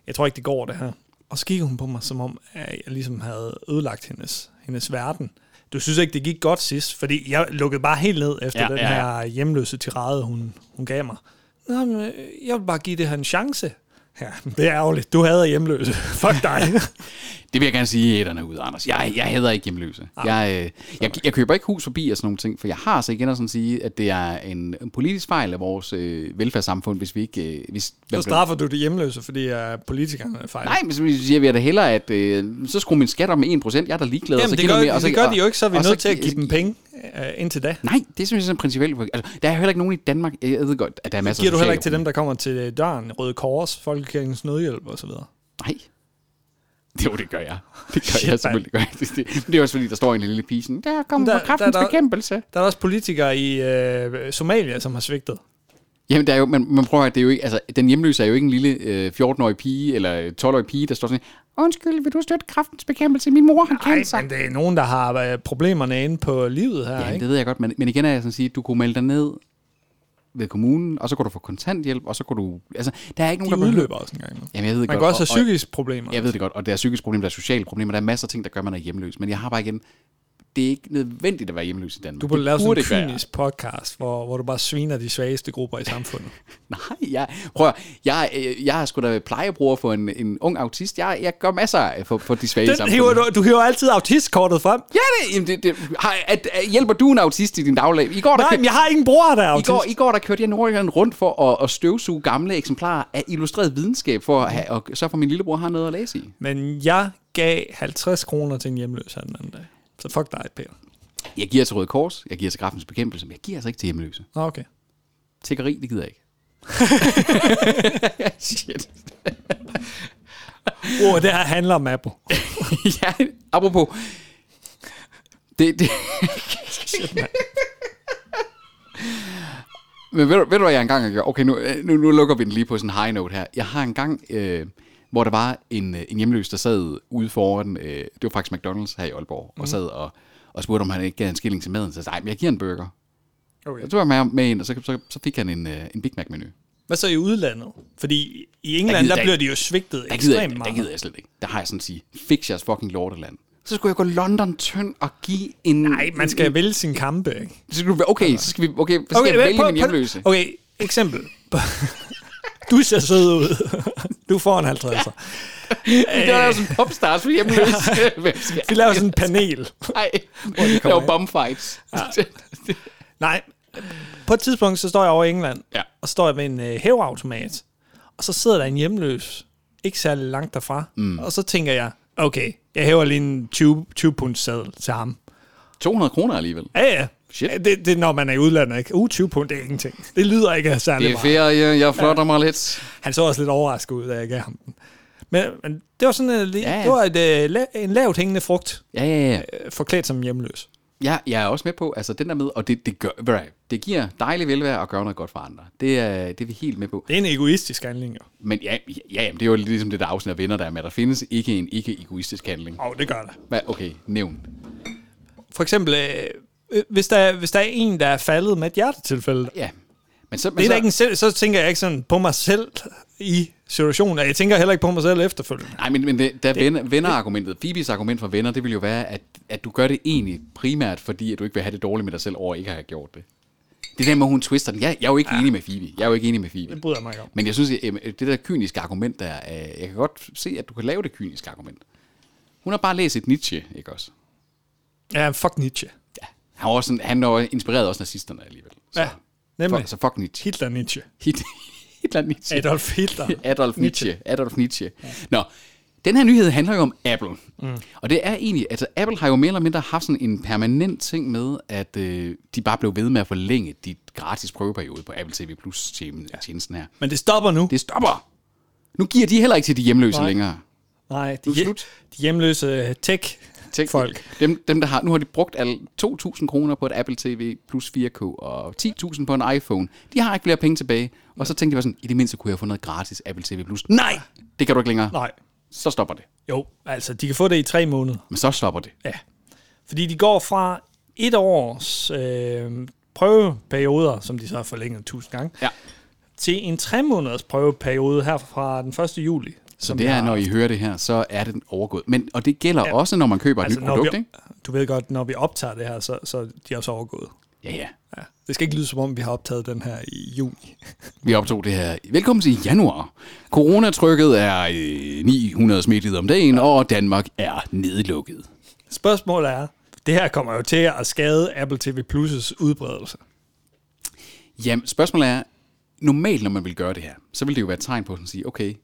[SPEAKER 1] jeg tror ikke, det går det her. Og så kiggede hun på mig, som om at jeg ligesom havde ødelagt hendes, hendes verden. Du synes ikke, det gik godt sidst, fordi jeg lukkede bare helt ned efter ja,
[SPEAKER 2] Ja,
[SPEAKER 1] den
[SPEAKER 2] ja,
[SPEAKER 1] her
[SPEAKER 2] ja.
[SPEAKER 1] her hjemløse tirade, hun, hun gav mig. Nå, men, øh, jeg vil bare give det her en chance. Ja, det er ærgerligt. Du hader hjemløse. Fuck dig.
[SPEAKER 2] Det vil jeg gerne sige æderne ud, Anders. Jeg, jeg hader ikke hjemløse.
[SPEAKER 1] Ah.
[SPEAKER 2] Jeg, øh, jeg, jeg køber ikke hus forbi og sådan nogle ting, for jeg har så igen at sådan sige, at det er en, en politisk fejl af vores øh, velfærdssamfund, hvis vi ikke... Øh, hvis,
[SPEAKER 1] Så straffer du det hjemløse, fordi uh, politikerne er fejl.
[SPEAKER 2] Nej, men så siger vi da hellere, at øh, så skruer min skat om 1%, jeg er da ligeglad. og
[SPEAKER 1] Jamen,
[SPEAKER 2] så
[SPEAKER 1] det,
[SPEAKER 2] giver
[SPEAKER 1] gør,
[SPEAKER 2] du mere, og så,
[SPEAKER 1] det gør de jo ikke, så er vi
[SPEAKER 2] og
[SPEAKER 1] nødt til at
[SPEAKER 2] gi-
[SPEAKER 1] give dem penge uh, indtil da.
[SPEAKER 2] Nej, det synes jeg sådan principielt. Altså, der er jo heller ikke nogen i Danmark, jeg ved godt, at der er masser
[SPEAKER 1] Giver
[SPEAKER 2] af
[SPEAKER 1] du heller
[SPEAKER 2] sociale
[SPEAKER 1] ikke til dem, der kommer til øh, døren, Røde Kors, Folkekirkens Nødhjælp osv.?
[SPEAKER 2] Nej. Jo, det gør jeg. Det
[SPEAKER 1] Shit,
[SPEAKER 2] gør Shit, jeg selvfølgelig. Det, gør jeg. Det, det, men det er også fordi, der står en lille pige sådan, der kommer
[SPEAKER 1] Der-
[SPEAKER 2] der, kraftens
[SPEAKER 1] der- der-
[SPEAKER 2] bekæmpelse.
[SPEAKER 1] Der er også politikere i øh, Somalia, som har svigtet.
[SPEAKER 2] Jamen, der er jo, man, man prøver at det er jo ikke, altså, den hjemløse er jo ikke en lille øh, 14-årig pige eller 12-årig pige, der står sådan, undskyld, vil du støtte kraftens bekæmpelse? Min mor har
[SPEAKER 1] Nej,
[SPEAKER 2] cancer.
[SPEAKER 1] men det er nogen, der har øh, problemerne inde på livet her,
[SPEAKER 2] Ja,
[SPEAKER 1] ikke?
[SPEAKER 2] det ved jeg godt, men, men igen er jeg sådan at sige, at du kunne melde dig ned ved kommunen, og så kunne du få kontanthjælp, og så kunne du... Altså, der er ikke
[SPEAKER 1] De
[SPEAKER 2] nogen, der...
[SPEAKER 1] udløber også en gang. imellem.
[SPEAKER 2] Jamen, jeg ved
[SPEAKER 1] Man
[SPEAKER 2] godt,
[SPEAKER 1] kan også have
[SPEAKER 2] og- og-
[SPEAKER 1] psykiske problemer.
[SPEAKER 2] Jeg ved det godt, og der er psykiske problemer, der er sociale problemer, der er masser af ting, der gør, at man er hjemløs. Men jeg har bare igen, det er ikke nødvendigt at være hjemløs i Danmark.
[SPEAKER 1] Du burde lave sådan
[SPEAKER 2] burde
[SPEAKER 1] en
[SPEAKER 2] ikke være.
[SPEAKER 1] kynisk podcast, hvor, hvor du bare sviner de svageste grupper i samfundet.
[SPEAKER 2] Nej, jeg, prøv at, jeg, øh, jeg er sgu da plejebruger for en, en ung autist. Jeg, jeg gør masser af for, for de svage i
[SPEAKER 1] Den
[SPEAKER 2] samfundet.
[SPEAKER 1] hiver, du, du hiver altid autistkortet frem.
[SPEAKER 2] Ja, det, jamen, det, det har, at, at, hjælper du en autist i din daglag? I går, der
[SPEAKER 1] Nej,
[SPEAKER 2] kørte,
[SPEAKER 1] men jeg har ingen bror, der er
[SPEAKER 2] i
[SPEAKER 1] autist.
[SPEAKER 2] går, I går der kørte jeg Nordjylland rundt for at, at støvsuge gamle eksemplarer af illustreret videnskab, for at have, og så for min lillebror har noget at læse i.
[SPEAKER 1] Men jeg gav 50 kroner til en hjemløs her den anden dag. Så fuck dig, Peter.
[SPEAKER 2] Jeg giver til Røde Kors, jeg giver til Graffens Bekæmpelse, men jeg giver altså ikke til hjemløse.
[SPEAKER 1] Nå, okay.
[SPEAKER 2] Tiggeri, det gider jeg ikke. Shit.
[SPEAKER 1] Åh, oh, det her handler om Apple.
[SPEAKER 2] ja, apropos. Det, det. Men ved du, ved du, hvad jeg engang har gjort? Okay, nu, øh, nu, nu lukker vi den lige på sådan en high note her. Jeg har engang, øh, hvor der var en, øh, en hjemløs, der sad ude foran, øh, det var faktisk McDonald's her i Aalborg, mm. og sad og, og spurgte, om han ikke gav en skilling til maden. Så jeg sagde, "Ej, men jeg giver en burger.
[SPEAKER 1] Okay.
[SPEAKER 2] Så tog jeg med, ham med ind, og så, så, så fik han en, øh, en Big Mac-menu.
[SPEAKER 1] Hvad så i udlandet? Fordi i England,
[SPEAKER 2] gider
[SPEAKER 1] der
[SPEAKER 2] jeg
[SPEAKER 1] bliver de jo svigtet
[SPEAKER 2] Der gider,
[SPEAKER 1] ekstremt
[SPEAKER 2] jeg, der
[SPEAKER 1] meget.
[SPEAKER 2] gider jeg slet ikke. Der har jeg sådan at sige, fix jeres fucking lorteland. Så skulle jeg gå London tynd og give en...
[SPEAKER 1] Nej, man skal vælge sin kampe, ikke?
[SPEAKER 2] Så skal du, okay, så skal vi... Okay, så skal okay, jeg
[SPEAKER 1] vent,
[SPEAKER 2] vælge
[SPEAKER 1] prøv-
[SPEAKER 2] min
[SPEAKER 1] prøv-
[SPEAKER 2] hjemløse.
[SPEAKER 1] Okay, eksempel. Du ser sød ud. Du får en 50'er.
[SPEAKER 2] Okay. Det er jo sådan popstars for hjemløse.
[SPEAKER 1] Øh. Vi laver sådan en panel.
[SPEAKER 2] Nej, det
[SPEAKER 1] kommer
[SPEAKER 2] var bumfights.
[SPEAKER 1] Nej. På et tidspunkt, så står jeg over i England,
[SPEAKER 2] Ja.
[SPEAKER 1] og står jeg ved en øh, hæveautomat, og så sidder der en hjemløs, ikke særlig langt derfra, mm. og så tænker jeg, okay, jeg hæver lige en 20, 20 punds seddel til ham.
[SPEAKER 2] 200 kroner alligevel.
[SPEAKER 1] Ja, ja.
[SPEAKER 2] Shit.
[SPEAKER 1] Ja, Det, det er, når man er i udlandet, ikke? Uh, 20 pund, det er ingenting. Det lyder ikke af
[SPEAKER 2] Det
[SPEAKER 1] særlig
[SPEAKER 2] er
[SPEAKER 1] meget.
[SPEAKER 2] ferie, jeg flotter mig lidt.
[SPEAKER 1] Han så også lidt overrasket ud, da jeg gav ham den. Men, men det var sådan en,
[SPEAKER 2] Ja,
[SPEAKER 1] ja,
[SPEAKER 2] ja.
[SPEAKER 1] Det var et, øh, la- en lavt hængende frugt,
[SPEAKER 2] Ja, ja, ja.
[SPEAKER 1] øh, forklædt som hjemløs.
[SPEAKER 2] Jeg, jeg er også med på, altså den der med, og det, det, gør, ved du hvad, det giver dejlig velvære at gøre noget godt for andre. Det er, det er vi helt med på.
[SPEAKER 1] Det er en egoistisk handling, jo.
[SPEAKER 2] Men ja, ja, ja jamen, det er jo ligesom det der afsnit af venner, der er med. Der findes ikke en ikke-egoistisk handling.
[SPEAKER 1] Åh, oh, det gør det.
[SPEAKER 2] Hvad? Okay, nævn.
[SPEAKER 1] For eksempel, øh, øh, hvis, der, hvis der er en, der er faldet med et hjertetilfælde, det
[SPEAKER 2] Ja. Men så, men
[SPEAKER 1] er
[SPEAKER 2] så,
[SPEAKER 1] da ikke en selv, så tænker jeg ikke sådan på mig selv i situationen, og jeg tænker heller ikke på mig selv efterfølgende.
[SPEAKER 2] Nej, men, men det, der det, venner, venner-argumentet, Phoebes argument for venner, det vil jo være, at, at du gør det egentlig primært, fordi at du ikke vil have det dårligt med dig selv over ikke at have gjort det. Det der med, hun twister den. Jeg, jeg er jo ikke ja. enig med Phoebe. Jeg er jo ikke enig med Phoebe.
[SPEAKER 1] Det bryder jeg mig ikke om.
[SPEAKER 2] Men jeg synes, at øh, det der kyniske argument der, øh, jeg kan godt se, at du kan lave det kyniske argument. Hun har bare læst et Nietzsche, ikke også?
[SPEAKER 1] Ja, fuck Nietzsche.
[SPEAKER 2] Ja. Han, var også sådan, han var inspireret også nazisterne alligevel. Så,
[SPEAKER 1] Ja, nemlig.
[SPEAKER 2] fuck, så fuck Nietzsche.
[SPEAKER 1] Hitler Nietzsche.
[SPEAKER 2] Hit- Hitler Nietzsche.
[SPEAKER 1] Adolf Hitler.
[SPEAKER 2] Adolf Nietzsche. Adolf Nietzsche. Nå, den her nyhed handler jo om Apple. Mm. Og det er egentlig, altså Apple har jo mere eller mindre haft sådan en permanent ting med, at øh, de bare blev ved med at forlænge dit gratis prøveperiode på Apple TV Plus tjenesten her.
[SPEAKER 1] Men det stopper nu.
[SPEAKER 2] Det stopper! Nu giver de heller ikke til de hjemløse
[SPEAKER 1] Nej.
[SPEAKER 2] Nej. længere.
[SPEAKER 1] Nej, de,
[SPEAKER 2] Nu er det
[SPEAKER 1] hje-
[SPEAKER 2] slut.
[SPEAKER 1] de hjemløse øh, tech-folk.
[SPEAKER 2] Tænk, Dem, dem, der har, nu har de brugt alle 2.000 kroner på et Apple TV plus 4K og 10.000 på en iPhone. De har ikke flere penge tilbage. Og så tænkte de bare sådan, i det mindste kunne jeg få noget gratis Apple TV plus. Nej, det kan du ikke længere.
[SPEAKER 1] Nej,
[SPEAKER 2] Så stopper det.
[SPEAKER 1] jo, altså de kan få det i tre måneder.
[SPEAKER 2] Men så stopper det.
[SPEAKER 1] Ja. Fordi de går fra et års øh, prøveperioder, som de så har forlænget tusind gange,
[SPEAKER 2] Ja.
[SPEAKER 1] til en tre måneders prøveperiode her fra den 1. juli.
[SPEAKER 2] Så det er, når I hører det her, så er den overgået. Men, og det gælder ja. også, når man køber altså, et nyt produkt,
[SPEAKER 1] vi,
[SPEAKER 2] ikke?
[SPEAKER 1] Du ved godt, når vi optager det her, så, så er de er så overgået.
[SPEAKER 2] Ja, ja.
[SPEAKER 1] Ja. Det skal ikke lyde som om, vi har optaget den her i juni.
[SPEAKER 2] Vi optog det her. Velkommen til januar. Coronatrykket er øh, 900 smittede om dagen, og Danmark er nedlukket.
[SPEAKER 1] Spørgsmålet er, det her kommer jo til at skade Apple TV Plus' udbredelse.
[SPEAKER 2] Jamen, spørgsmålet er, normalt når man vil gøre det her, så vil det jo være et tegn på at sådan sige, okay,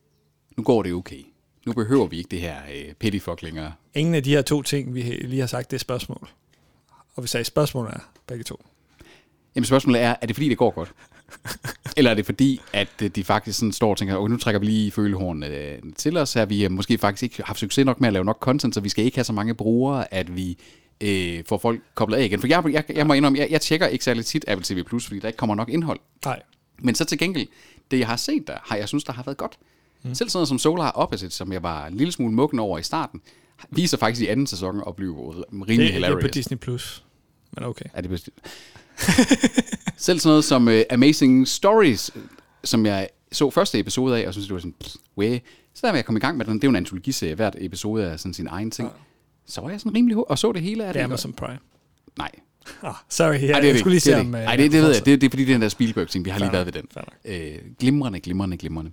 [SPEAKER 2] nu går det okay. Nu behøver vi ikke det her øh, pettifuck længere.
[SPEAKER 1] Ingen af de her to ting, vi lige har sagt, det er spørgsmål. Og vi sagde, spørgsmålet er begge to.
[SPEAKER 2] Jamen, spørgsmålet er, er det fordi, det går godt? Eller er det fordi, at øh, de faktisk sådan står og tænker, okay, nu trækker vi lige følehornene øh, til os her. Vi har måske faktisk ikke haft succes nok med at lave nok content, så vi skal ikke have så mange brugere, at vi øh, får folk koblet af igen. For jeg, jeg, jeg må indrømme, jeg, jeg tjekker ikke særlig tit Apple TV+, fordi der ikke kommer nok indhold.
[SPEAKER 1] Nej.
[SPEAKER 2] Men så til gengæld, det jeg har set der, har jeg synes, der har været godt. Mm. Selv sådan noget som Solar Opposite, som jeg var en lille smule muggen over i starten, viser faktisk i anden sæson at blive rimelig
[SPEAKER 1] Det, det er
[SPEAKER 2] hilarious.
[SPEAKER 1] på Disney+. Plus. Men okay.
[SPEAKER 2] Er det bestemt? Selv sådan noget som uh, Amazing Stories, øh, som jeg så første episode af, og synes det var sådan, pff, way. Så der var jeg kom i gang med den. Det er jo en antologiserie, hvert episode er sådan sin egen ting. Så var jeg sådan rimelig ho- og så det hele af
[SPEAKER 1] Det
[SPEAKER 2] det.
[SPEAKER 1] er Amazon Prime.
[SPEAKER 2] godt? Nej.
[SPEAKER 1] Ah, sorry, jeg, Ej,
[SPEAKER 2] Ej, det er
[SPEAKER 1] jeg
[SPEAKER 2] det
[SPEAKER 1] skulle lige
[SPEAKER 2] ikke.
[SPEAKER 1] se
[SPEAKER 2] det, er
[SPEAKER 1] om...
[SPEAKER 2] det.
[SPEAKER 1] øh,
[SPEAKER 2] Ej, det, det ved jeg. Det, det er fordi, det er den der Spielberg-ting. Vi har lige
[SPEAKER 1] Fair
[SPEAKER 2] været ved den.
[SPEAKER 1] nok,
[SPEAKER 2] Øh, glimrende, glimrende, glimrende.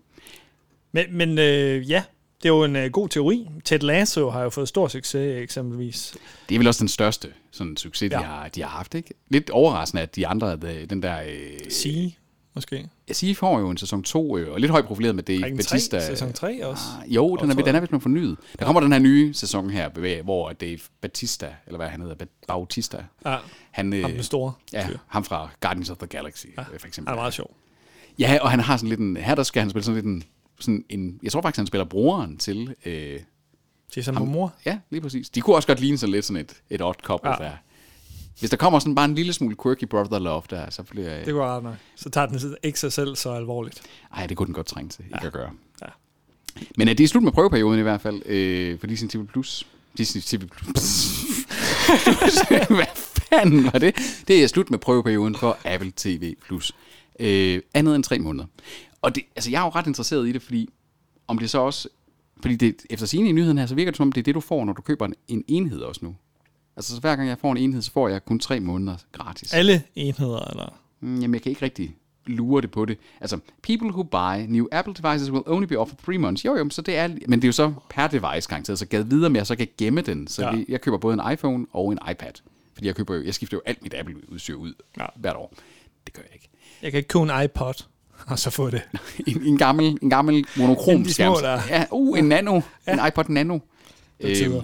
[SPEAKER 1] Men, men øh, ja, det er jo en øh, god teori. Ted Lasso har jo fået stor succes eksempelvis.
[SPEAKER 2] Det er vel også den største sådan, succes, ja.
[SPEAKER 1] Ja.
[SPEAKER 2] de, har, de har haft. Ikke? Lidt overraskende, at de andre, øh, den der... Øh,
[SPEAKER 1] Sige, måske.
[SPEAKER 2] Sif får jo en sæson 2, øh, og lidt højt profileret med
[SPEAKER 1] Ring
[SPEAKER 2] det
[SPEAKER 1] 3,
[SPEAKER 2] Batista.
[SPEAKER 1] sæson 3 også.
[SPEAKER 2] Ah, jo, den
[SPEAKER 1] tror
[SPEAKER 2] er, den er vist blevet fornyet. Der kommer den her nye sæson her, bevæ- hvor Dave Batista, eller hvad han hedder, Ba- Bautista,
[SPEAKER 1] Ja,
[SPEAKER 2] han, øh,
[SPEAKER 1] Ah, ham den store.
[SPEAKER 2] ja,
[SPEAKER 1] fyr.
[SPEAKER 2] ham fra Guardians of the Galaxy, ja. for
[SPEAKER 1] Han
[SPEAKER 2] eksempel.
[SPEAKER 1] er meget sjov.
[SPEAKER 2] Ja, og han har sådan lidt en, her der skal han spille sådan lidt en, sådan en jeg tror faktisk, han spiller broren til, øh,
[SPEAKER 1] Jason Momoa.
[SPEAKER 2] ja, lige præcis. De kunne også godt ligne sådan lidt sådan et, et odd couple
[SPEAKER 1] Ja.
[SPEAKER 2] ja. der. Hvis der kommer sådan bare en lille smule quirky brother love der, så bliver jeg...
[SPEAKER 1] Det går ret nok. Så tager den ikke sig selv så alvorligt.
[SPEAKER 2] Ej, det kunne den godt trænge til, ikke at gøre.
[SPEAKER 1] Ja.
[SPEAKER 2] Men er det er slut med prøveperioden i hvert fald, øh, for Disney TV Plus. Disney TV Plus. Hvad fanden var det? Det er slut med prøveperioden for Apple TV Plus. Øh, andet end tre måneder. Og det, altså, jeg er jo ret interesseret i det, fordi om det så også... Fordi det, efter sigende i nyheden her, så virker det som om, det er det, du får, når du køber en, en enhed også nu. Altså, så hver gang jeg får en enhed, så får jeg kun tre måneder gratis.
[SPEAKER 1] Alle enheder, eller...
[SPEAKER 2] Mm, Jamen, jeg kan ikke rigtig lure det på det. Altså, people who buy new Apple devices will only be offered three months. Jo, jo, så det er, men det er jo så per device garanteret, så gad videre med, at jeg så kan gemme den. Så
[SPEAKER 1] Ja.
[SPEAKER 2] ja. jeg køber både en iPhone og en iPad. Fordi jeg, køber jo, jeg skifter jo alt mit Apple-udstyr ud
[SPEAKER 1] Ja.
[SPEAKER 2] ja. hvert år. Det gør jeg ikke.
[SPEAKER 1] Jeg kan ikke købe en iPod, og så få det.
[SPEAKER 2] En, en, gammel, en gammel monokrom
[SPEAKER 1] de små
[SPEAKER 2] skærm.
[SPEAKER 1] der.
[SPEAKER 2] Ja, uh, en nano. Ja. En iPod nano. Øhm,
[SPEAKER 1] Det er tider.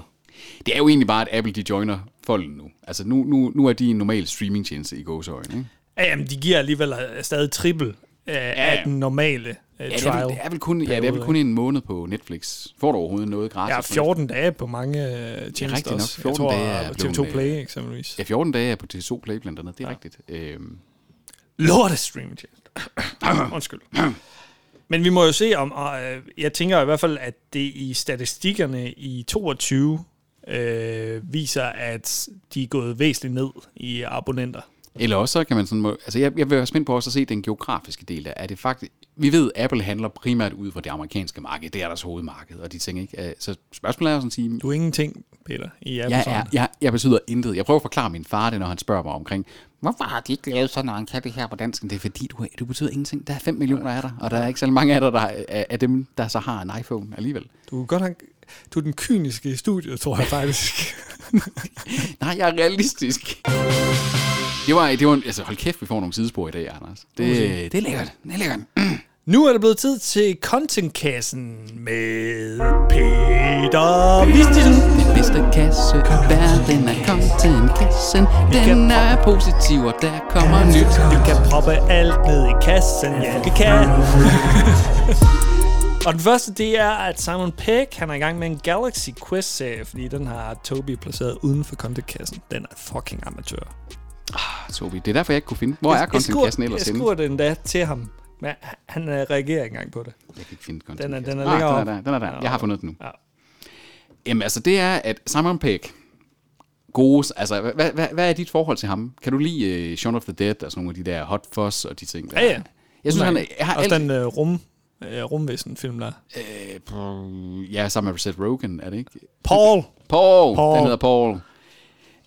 [SPEAKER 2] det er jo egentlig bare, at Apple de joiner folden nu. Altså, nu, nu, nu er de en normal streamingtjeneste i gåseøjne. Ikke?
[SPEAKER 1] Ja, jamen, de giver alligevel øh, stadig trippel øh, af den normale øh,
[SPEAKER 2] Ja, det er,
[SPEAKER 1] trial.
[SPEAKER 2] vel, det er vel kun, ja, det er vel kun en måned på Netflix. Får du overhovedet noget gratis?
[SPEAKER 1] Ja,
[SPEAKER 2] på
[SPEAKER 1] 14 dage på mange øh, tjenester
[SPEAKER 2] rigtigt nok.
[SPEAKER 1] også. Jeg
[SPEAKER 2] 14
[SPEAKER 1] tror,
[SPEAKER 2] dage er
[SPEAKER 1] øh,
[SPEAKER 2] blevet,
[SPEAKER 1] TV2
[SPEAKER 2] øh,
[SPEAKER 1] Play eksempelvis.
[SPEAKER 2] Netflix? Ja, 14 dage er på TV2 Play blandt andet, det er ja. rigtigt. Øhm,
[SPEAKER 1] Lorte streamingtjenester. Undskyld. Men vi må jo se om, og øh, jeg tænker i hvert fald, at det i statistikkerne i 22 øh, viser, at de er gået væsentligt ned i abonnenter.
[SPEAKER 2] eller også så kan man sådan... Må, altså, jeg, jeg vil være spændt på også at se den geografiske del af, er det faktisk... Vi ved, at Apple handler primært ud fra det amerikanske marked. Det er deres hovedmarked, og de tænker ikke... øh, Så spørgsmålet er jo sådan at sige...
[SPEAKER 1] Du er ingenting, Peter, i
[SPEAKER 2] Jeg,
[SPEAKER 1] Amazon.
[SPEAKER 2] er, jeg, jeg betyder intet. Jeg prøver at forklare min far det, når han spørger mig omkring, hvorfor har de ikke lavet sådan, når han kan det her på dansk? Det er fordi, du, er- du betyder ingenting. Der er 5 millioner af dig, og der er ikke så mange af dig, der er, er- er dem, der så har en iPhone alligevel.
[SPEAKER 1] Du er godt nok, du er den kyniske i studiet, tror jeg faktisk.
[SPEAKER 2] Nej, jeg er realistisk. Det var, det var en, altså hold kæft, vi får nogle sidespor i dag, Anders. Det, det er lækkert, det er lækkert.
[SPEAKER 1] nu er det blevet tid til Contentkassen med Peter Vistisen.
[SPEAKER 2] Den bedste kasse i verden er content-kassen. Den er positiv, og der kommer nyt.
[SPEAKER 1] Du kan proppe alt ned i kassen, ja det kan. Og den første, det er, at Simon Pegg, han er i gang med en Galaxy Quest-serie, fordi den har Toby placeret uden for contentkassen. Den er fucking amatør.
[SPEAKER 2] Tobi. Det er derfor, jeg ikke kunne finde Hvor er contentkassen
[SPEAKER 1] Jeg
[SPEAKER 2] ellers henne?
[SPEAKER 1] skriver den da til ham, men han øh, reagerer ikke engang på det.
[SPEAKER 2] Jeg kan ikke finde
[SPEAKER 1] Den er- den er
[SPEAKER 2] contentkassen. Ah,
[SPEAKER 1] længere
[SPEAKER 2] den er der,
[SPEAKER 1] oppe.
[SPEAKER 2] den er der. Jeg har fundet den nu.
[SPEAKER 1] Ja.
[SPEAKER 2] Jamen altså, det er, at Simon Pegg, gode, altså, hvad, hvad, hvad, hvad er dit forhold til ham? Kan du lide uh, Shaun of the Dead og sådan nogle af de der Hot Fuzz og de ting? Der?
[SPEAKER 1] Ja, ja.
[SPEAKER 2] Jeg synes, han er, jeg har
[SPEAKER 1] Også
[SPEAKER 2] alt, den...
[SPEAKER 1] den øh, rum, øh, rumvæsen-film, der er.
[SPEAKER 2] øh, ja, sammen med Seth Rogen, er det ikke?
[SPEAKER 1] Paul!
[SPEAKER 2] Paul,
[SPEAKER 1] Paul.
[SPEAKER 2] Paul. den hedder Paul.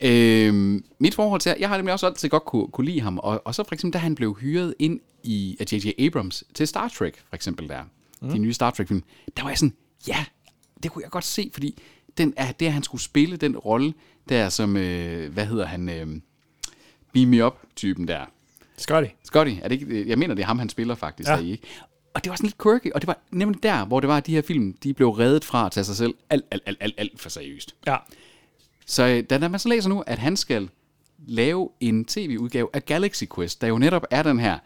[SPEAKER 2] Øhm, mit forhold til, jeg har nemlig også altid godt kunne, kunne lide ham, og, og så for eksempel, da han blev hyret ind i, af J.J. Abrams til Star Trek, for eksempel der, mm. de nye Star Trek-film, der var jeg sådan, ja, det kunne jeg godt se, fordi den er, det, at han skulle spille den rolle der, som, øh, hvad hedder han, øh, Beam Me Up-typen der,
[SPEAKER 1] Scotty.
[SPEAKER 2] Scotty, er det ikke, øh, jeg mener, det er ham, han spiller faktisk
[SPEAKER 1] Ja.
[SPEAKER 2] ja. deri, ikke? Og det var sådan lidt quirky, og det var nemlig der, hvor det var, at de her film, de blev reddet fra at tage sig selv alt, alt, alt, alt, alt for seriøst.
[SPEAKER 1] Ja.
[SPEAKER 2] Så øh, da da man så læser nu, at han skal lave en tv-udgave af Galaxy Quest, der jo netop er den her,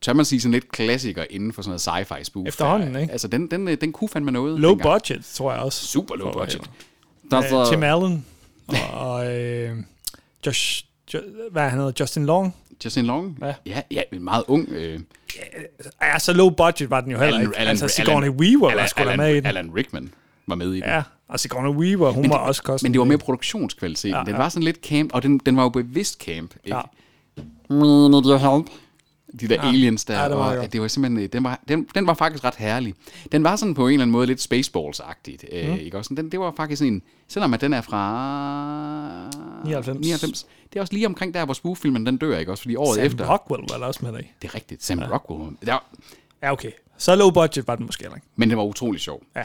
[SPEAKER 2] tør man sige sådan lidt klassiker inden for sådan noget sci-fi spoof.
[SPEAKER 1] Efterhånden,
[SPEAKER 2] Der-
[SPEAKER 1] ikke?
[SPEAKER 2] Altså, den, den, øh, den kunne fandme noget.
[SPEAKER 1] Low
[SPEAKER 2] dengang.
[SPEAKER 1] budget, tror jeg også.
[SPEAKER 2] Super low budget.
[SPEAKER 1] Øh,
[SPEAKER 2] Der
[SPEAKER 1] Tim
[SPEAKER 2] var
[SPEAKER 1] Allen og, og øh, Josh, jo, hvad er han hedder, Justin Long.
[SPEAKER 2] Justin Long.
[SPEAKER 1] Ja.
[SPEAKER 2] Ja, ja, en meget ung. Øh,
[SPEAKER 1] Ja, så low budget var den jo heller ikke. altså Sigourney Weaver var sgu da
[SPEAKER 2] Alan,
[SPEAKER 1] med i den.
[SPEAKER 2] Alan Rickman var med i den.
[SPEAKER 1] Ja, og Sigourney Weaver, hun var også kosten.
[SPEAKER 2] Men det var mere produktionskvaliteten. Ja, Den var sådan lidt camp, og den, den var jo bevidst camp. Ikke?
[SPEAKER 1] Ja.
[SPEAKER 2] Ja. Need your help. De der ja. aliens der.
[SPEAKER 1] Ja,
[SPEAKER 2] Ja,
[SPEAKER 1] det
[SPEAKER 2] det,
[SPEAKER 1] var
[SPEAKER 2] var
[SPEAKER 1] godt.
[SPEAKER 2] og, det var simpelthen, øh, den, var, den, den var faktisk ret herlig. Den var sådan på en eller anden måde lidt Spaceballs-agtigt. Mm. Øh, ikke også? Den, det var faktisk sådan en, selvom at den er fra...
[SPEAKER 1] 99.
[SPEAKER 2] 99. Det er også lige omkring der, hvor spoofilmen den dør, ikke også? Fordi året
[SPEAKER 1] Sam
[SPEAKER 2] efter...
[SPEAKER 1] Rockwell var der også med dig.
[SPEAKER 2] Det er rigtigt, Sam ja. Rockwell. Der,
[SPEAKER 1] Ja, okay. Så low budget var den måske heller ikke.
[SPEAKER 2] men den var utrolig sjov.
[SPEAKER 1] Ja.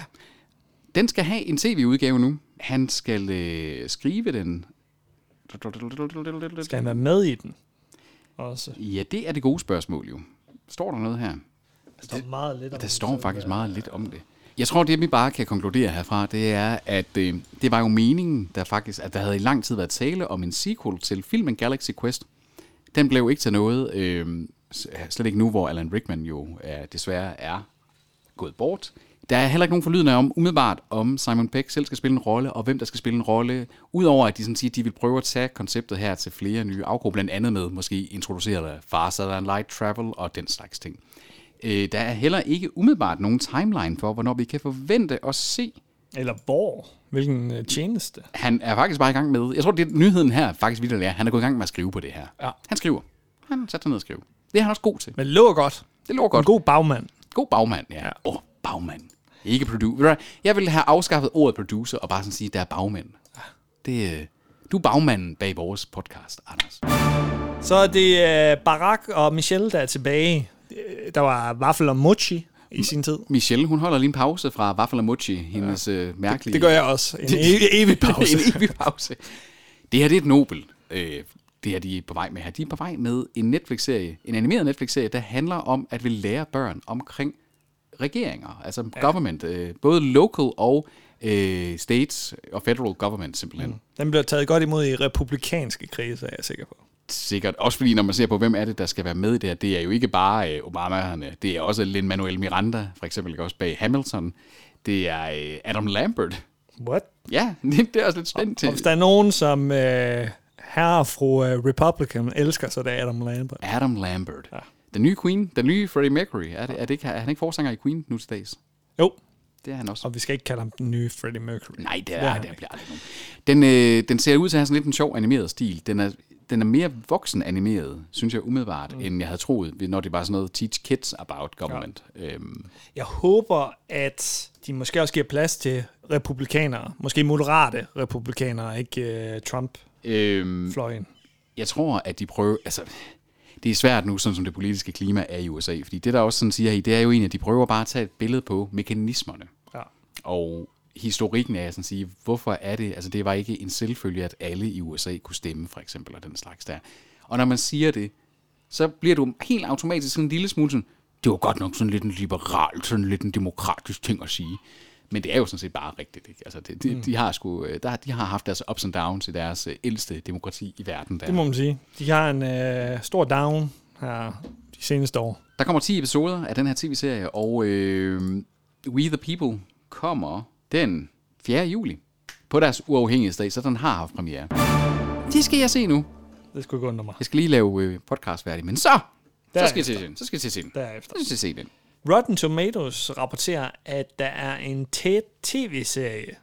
[SPEAKER 2] Den skal have en tv-udgave nu. Han skal øh, skrive den.
[SPEAKER 1] Skal han være med i den? Også.
[SPEAKER 2] Ja, det er det gode spørgsmål jo. Står der noget her?
[SPEAKER 1] Der står meget lidt om
[SPEAKER 2] Der står faktisk meget lidt om det. Jeg tror, det vi bare kan konkludere herfra, det er, at øh, det var jo meningen, der faktisk, at der havde i lang tid været tale om en sequel til filmen Galaxy Quest. Den blev ikke til noget, øh, s- slet ikke nu, hvor Alan Rickman jo øh, desværre er gået bort. Der er heller ikke nogen forlydende om, umiddelbart, om Simon Peck selv skal spille en rolle, og hvem der skal spille en rolle. Udover at de sådan siger, at de vil prøve at tage konceptet her til flere nye afgrupper, blandt andet med måske introducere Far Southern Light Travel og den slags ting. Øh, der er heller ikke umiddelbart nogen timeline for, hvornår vi kan forvente at se.
[SPEAKER 1] Eller hvor? Hvilken øh, tjeneste?
[SPEAKER 2] Han er faktisk bare i gang med, jeg tror, det er nyheden her faktisk vildt er, han er gået i gang med at skrive på det her.
[SPEAKER 1] Ja.
[SPEAKER 2] Han skriver. Han har sat sig ned og skrive. Det er han også god til.
[SPEAKER 1] Men lå godt.
[SPEAKER 2] Det lover
[SPEAKER 1] En
[SPEAKER 2] godt.
[SPEAKER 1] god bagmand.
[SPEAKER 2] God bagmand, ja. Åh, ja. oh, bagmand. Ikke producer. Jeg ville have afskaffet ordet producer og bare sådan sige, der er bagmænd. Det, øh, du er bagmanden bag vores podcast, Anders.
[SPEAKER 1] Så er det øh, Barack og Michelle, der er tilbage. Øh, Der var Waffle og Mochi i sin tid.
[SPEAKER 2] Michelle, hun holder lige en pause fra Waffle og Mochi, hendes ja. øh, mærkelige...
[SPEAKER 1] Det gør jeg også. En evig, evig pause.
[SPEAKER 2] en evig pause. Det her, det er et Nobel. Øh, det her, de er på vej med her. De er på vej med en Netflix-serie, en animeret Netflix-serie, der handler om, at vi lærer børn omkring regeringer, altså ja. government, øh, både local og øh, states og federal government simpelthen. Mm.
[SPEAKER 1] Den bliver taget godt imod i republikanske kredse, er jeg sikker på.
[SPEAKER 2] Sikkert. Også fordi, når man ser på, hvem er det, der skal være med i det her, det er jo ikke bare øh, Obamaerne, det er også Lin-Manuel Miranda, for eksempel ikke også bag Hamilton. Det er øh, Adam Lambert.
[SPEAKER 1] What?
[SPEAKER 2] Ja, det er også lidt spændt til.
[SPEAKER 1] Og hvis der er nogen, som øh, herre og fru øh, Republican elsker, så er det Adam Lambert.
[SPEAKER 2] Adam Lambert. Ja. Den nye Queen, den nye Freddie Mercury. Er, det, er, det ikke, er han ikke forsanger i Queen nu til dags?
[SPEAKER 1] Jo,
[SPEAKER 2] Det er han også.
[SPEAKER 1] og vi skal ikke kalde ham den nye Freddie Mercury.
[SPEAKER 2] Nej, det
[SPEAKER 1] er
[SPEAKER 2] er,
[SPEAKER 1] han
[SPEAKER 2] det, det bliver aldrig nogen. Den, øh, den ser ud til at have sådan lidt en sjov animeret stil. Den er, den er mere voksen animeret, synes jeg umiddelbart, mm. end jeg havde troet, ved- når det var sådan noget teach kids about government. Ja. Øhm,
[SPEAKER 1] Jeg håber, at de måske også giver plads til republikanere. Måske moderate republikanere, ikke øh, Trump-fløjen.
[SPEAKER 2] øhm, jeg tror, at de prøver... Altså, det er svært nu, sådan som det politiske klima er i USA, fordi det, der også sådan siger, hey, det er jo egentlig, at de prøver bare at tage et billede på mekanismerne.
[SPEAKER 1] Ja.
[SPEAKER 2] Og historikken er sådan at sige, hvorfor er det, altså det var ikke en selvfølge, at alle i USA kunne stemme, for eksempel, og den slags der. Og når man siger det, så bliver du helt automatisk sådan en lille smule sådan, det var godt nok sådan lidt en liberal, sådan lidt en demokratisk ting at sige. Men det er jo sådan set bare rigtigt, ikke? Altså, det,
[SPEAKER 1] Mm.
[SPEAKER 2] de, de, har sgu, øh, der, de har haft deres ups and downs i deres øh, ældste demokrati i verden. Der.
[SPEAKER 1] Det må man sige. De har en øh, stor down her de seneste år.
[SPEAKER 2] Der kommer 10 episoder af den her tv-serie, og øh, We the People kommer den 4. juli på deres uafhængighedsdag, så den har haft premiere. Det skal jeg se nu.
[SPEAKER 1] Det skulle ikke undre mig.
[SPEAKER 2] Jeg skal lige lave øh, podcast færdig, men så, så skal jeg
[SPEAKER 1] Derefter.
[SPEAKER 2] til at se den. Så skal jeg til at se den.
[SPEAKER 1] Derefter.
[SPEAKER 2] Så skal jeg se den.
[SPEAKER 1] Rotten Tomatoes rapporterer, at der er en tæt tv-serie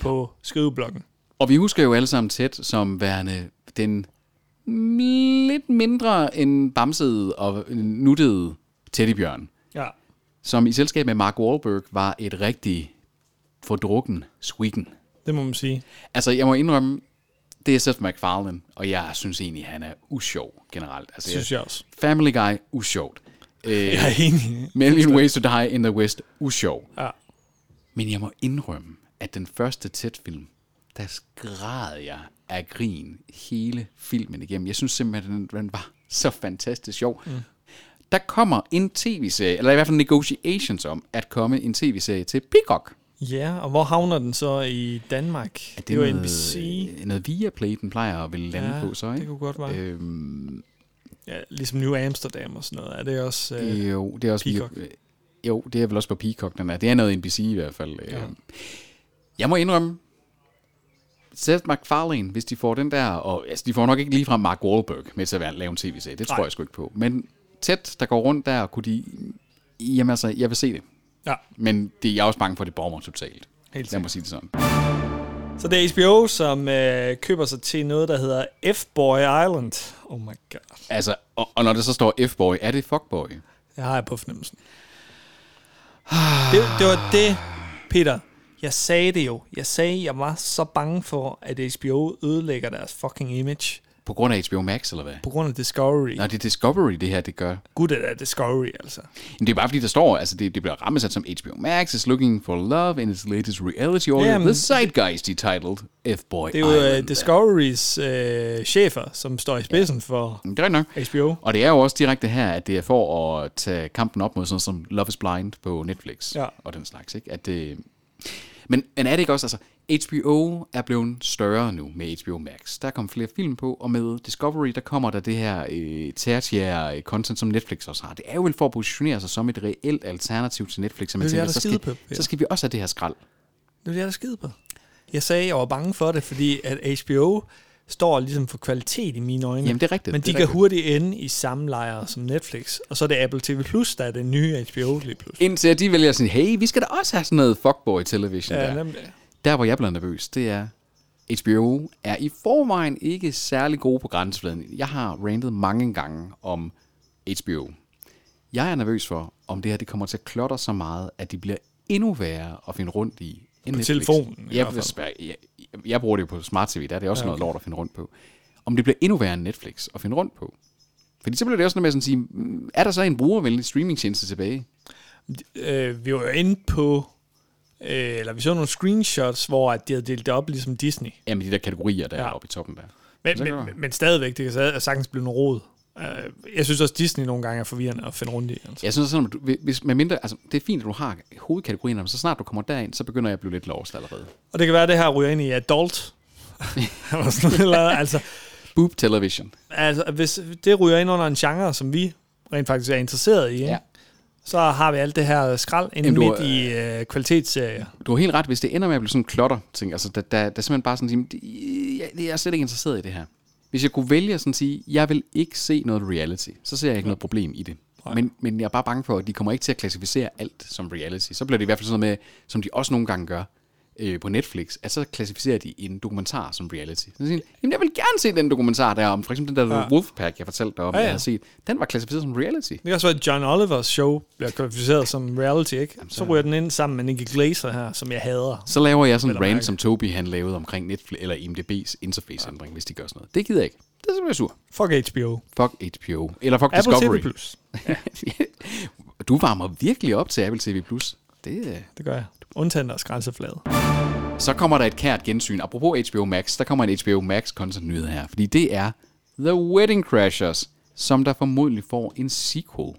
[SPEAKER 1] på skriveblokken.
[SPEAKER 2] Og vi husker jo alle sammen tæt som værende den mm, lidt mindre end bamsede og nuttede teddybjørn,
[SPEAKER 1] Ja.
[SPEAKER 2] som i selskab med Mark Wahlberg var et rigtig fordrukken squikken.
[SPEAKER 1] Det må man sige.
[SPEAKER 2] Altså, jeg må indrømme, det er Seth MacFarlane, og jeg synes egentlig, han er usjov generelt. Altså,
[SPEAKER 1] Det synes jeg også.
[SPEAKER 2] Family Guy, usjovt. Øh,
[SPEAKER 1] Jeg er enig.
[SPEAKER 2] Million Ways to Die in the West, usjov.
[SPEAKER 1] Ja.
[SPEAKER 2] Men jeg må indrømme, at den første tætfilm, der skræd jeg af grin hele filmen igennem. Jeg synes simpelthen, at den, den var så fantastisk sjov. Mm. Der kommer en tv-serie, eller i hvert fald negotiations om, at komme en tv-serie til Peacock.
[SPEAKER 1] Ja, og hvor havner den så i Danmark?
[SPEAKER 2] Er
[SPEAKER 1] det, det var
[SPEAKER 2] noget-
[SPEAKER 1] NBC.
[SPEAKER 2] Noget Viaplay, den plejer at ville lande
[SPEAKER 1] Ja,
[SPEAKER 2] på så, ikke?
[SPEAKER 1] det kunne godt være.
[SPEAKER 2] Øhm,
[SPEAKER 1] Ja, ligesom New Amsterdam og sådan noget. Er det også... Øh,
[SPEAKER 2] jo, det er også
[SPEAKER 1] Peacock.
[SPEAKER 2] Via, jo, det er vel også på Peacock, den er. Det er noget NBC i hvert fald. Ja. Jeg må indrømme, Seth MacFarlane, hvis de får den der, og altså, de får nok ikke ligefrem Mark Wahlberg med til at lave en tv-serie, det tror
[SPEAKER 1] Nej.
[SPEAKER 2] jeg sgu ikke på. Men tæt, der går rundt der, kunne de, jamen altså, jeg vil se det.
[SPEAKER 1] ja.
[SPEAKER 2] Men det, jeg er også bange for, at det bomber totalt.
[SPEAKER 1] Helt
[SPEAKER 2] Lad mig sige det sådan.
[SPEAKER 1] Så det er HBO, som øh, køber sig til noget, der hedder F-Boy Island. Oh my god.
[SPEAKER 2] Altså, og, og når det så står F-boy, er det fuckboy?
[SPEAKER 1] Jeg har jeg på fornemmelsen. Det, det var det, Peter. Jeg sagde det jo. Jeg sagde, jeg var så bange for, at HBO ødelægger deres fucking image
[SPEAKER 2] På grund af HBO Max, eller hvad?
[SPEAKER 1] på grund af Discovery.
[SPEAKER 2] Nå, det er Discovery, det her, det gør.
[SPEAKER 1] Gud, det er Discovery, altså.
[SPEAKER 2] Men det er bare fordi, der står, altså det, det bliver rammesat som HBO Max is looking for love in its latest reality order,
[SPEAKER 1] Jamen.
[SPEAKER 2] The Zeitgeist, de titled F-Boy
[SPEAKER 1] Det er jo
[SPEAKER 2] Island.
[SPEAKER 1] uh, Discoverys uh, chefer, som står i spidsen for
[SPEAKER 2] Det er rigtigt
[SPEAKER 1] HBO.
[SPEAKER 2] nok. Og det er jo også direkte her, at det er for at tage kampen op mod sådan noget som Love is Blind på Netflix
[SPEAKER 1] Ja.
[SPEAKER 2] og den slags. Ikke? At det... men, men er det ikke også, altså HBO er blevet større nu med HBO Max. Der kommer flere film på, og med Discovery, der kommer der det her øh, tertiære øh, content, som Netflix også har. Det er jo vel for at positionere sig som et reelt alternativ til Netflix, som man
[SPEAKER 1] Det er
[SPEAKER 2] tænker,
[SPEAKER 1] der
[SPEAKER 2] så
[SPEAKER 1] skide
[SPEAKER 2] skal,
[SPEAKER 1] på, ja.
[SPEAKER 2] så skal vi også have det her skrald.
[SPEAKER 1] Det er det, jeg er skide på. Jeg sagde, jeg var bange for det, fordi at HBO står ligesom for kvalitet i mine øjne.
[SPEAKER 2] Jamen, det er rigtigt,
[SPEAKER 1] Men
[SPEAKER 2] det
[SPEAKER 1] de
[SPEAKER 2] er
[SPEAKER 1] kan
[SPEAKER 2] rigtigt.
[SPEAKER 1] hurtigt ende i samme lejre som Netflix. Og så er det Apple TV+, Plus, der er det nye HBO lige pludselig.
[SPEAKER 2] Indtil at de vælger sådan, hey, vi skal da også have sådan noget fuckboy television
[SPEAKER 1] Ja,
[SPEAKER 2] der.
[SPEAKER 1] nemlig.
[SPEAKER 2] Der, hvor jeg bliver nervøs, det er, HBO er i forvejen ikke særlig gode på grænsefladen. Jeg har rantet mange gange om HBO. Jeg er nervøs for, om det her det kommer til at klotter så meget, at de bliver endnu værre at finde rundt i. End
[SPEAKER 1] På
[SPEAKER 2] Netflix.
[SPEAKER 1] telefonen, i
[SPEAKER 2] Jeg,
[SPEAKER 1] hvert
[SPEAKER 2] jeg, jeg, jeg bruger det jo på Smart TV, der er det også ja, okay. noget lort at finde rundt på. Om det bliver endnu værre end Netflix at finde rundt på. Fordi så bliver det også noget med at sådan at sige, "Mm, er der så en brugervenlig streamingtjeneste tilbage?
[SPEAKER 1] Øh, vi var jo inde på... Øh, eller vi så nogle screenshots, hvor at de havde delt det op ligesom Disney.
[SPEAKER 2] Jamen de der kategorier, der ja.
[SPEAKER 1] Ja.
[SPEAKER 2] er oppe i toppen der.
[SPEAKER 1] Men,
[SPEAKER 2] Så kan
[SPEAKER 1] men,
[SPEAKER 2] det
[SPEAKER 1] men stadigvæk, det kan sa- sagtens blive noget rod. Øh, Jeg synes også, Disney nogle gange er forvirrende at finde rundt i. Altså.
[SPEAKER 2] Jeg synes sådan, at du, hvis, med mindre, altså, det er fint, at du har hovedkategorierne, men så snart du kommer derind, så begynder jeg at blive lidt lost allerede.
[SPEAKER 1] Og det kan være, at det her ryger ind i adult. Eller sådan noget. altså,
[SPEAKER 2] Boop television.
[SPEAKER 1] altså, hvis det ryger ind under en genre, som vi rent faktisk er interesseret i, ikke?
[SPEAKER 2] Ja.
[SPEAKER 1] så har vi alt det her skrald inde
[SPEAKER 2] Jamen, du
[SPEAKER 1] midt
[SPEAKER 2] har-
[SPEAKER 1] i øh, kvalitetsserier.
[SPEAKER 2] Du har helt ret, hvis det ender med at blive sådan en klotter, ting, altså, der, der, der er simpelthen bare sådan, jamen, det- jeg, jeg er slet ikke interesseret i det her. Hvis jeg kunne vælge at sådan sige, jeg vil ikke se noget reality, så ser jeg ikke noget problem i det. Men, men jeg er bare bange for, at de kommer ikke til at klassificere alt som reality. Så bliver det i hvert fald sådan noget med, som de også nogle gange gør øh, på Netflix, at så klassificerer de en dokumentar som reality. Så siger de, jamen jeg vil gerne se den dokumentar der om, for eksempel den der ja. Wolfpack, jeg fortalte dig om, ja,
[SPEAKER 1] Ja,
[SPEAKER 2] ja.
[SPEAKER 1] ja.
[SPEAKER 2] jeg havde set. Den var klassificeret som reality.
[SPEAKER 1] Det kan også være, at John Olivers show bliver kvalificeret som reality, ikke? Jamen, så... så ryger den ind sammen med Nicky Glaser her, som jeg hader.
[SPEAKER 2] Så laver jeg sådan
[SPEAKER 1] Vel
[SPEAKER 2] en
[SPEAKER 1] at
[SPEAKER 2] rant,
[SPEAKER 1] mærke.
[SPEAKER 2] som Toby han lavede omkring Netflix eller IMDb's interfaceændring, ja. hvis de gør sådan noget. Det gider jeg ikke. Det er simpelthen sur.
[SPEAKER 1] Fuck HBO.
[SPEAKER 2] Fuck HBO. Eller fuck
[SPEAKER 1] Apple
[SPEAKER 2] Discovery.
[SPEAKER 1] TV+. Plus.
[SPEAKER 2] du varmer virkelig op til Apple TV+. Det, øh.
[SPEAKER 1] Det gør jeg. Undtagen deres grænseflade.
[SPEAKER 2] Så kommer der et kært gensyn. Apropos HBO Max, der kommer en HBO Max content nyhed her. Fordi det er The Wedding Crashers, som der formodentlig får en sequel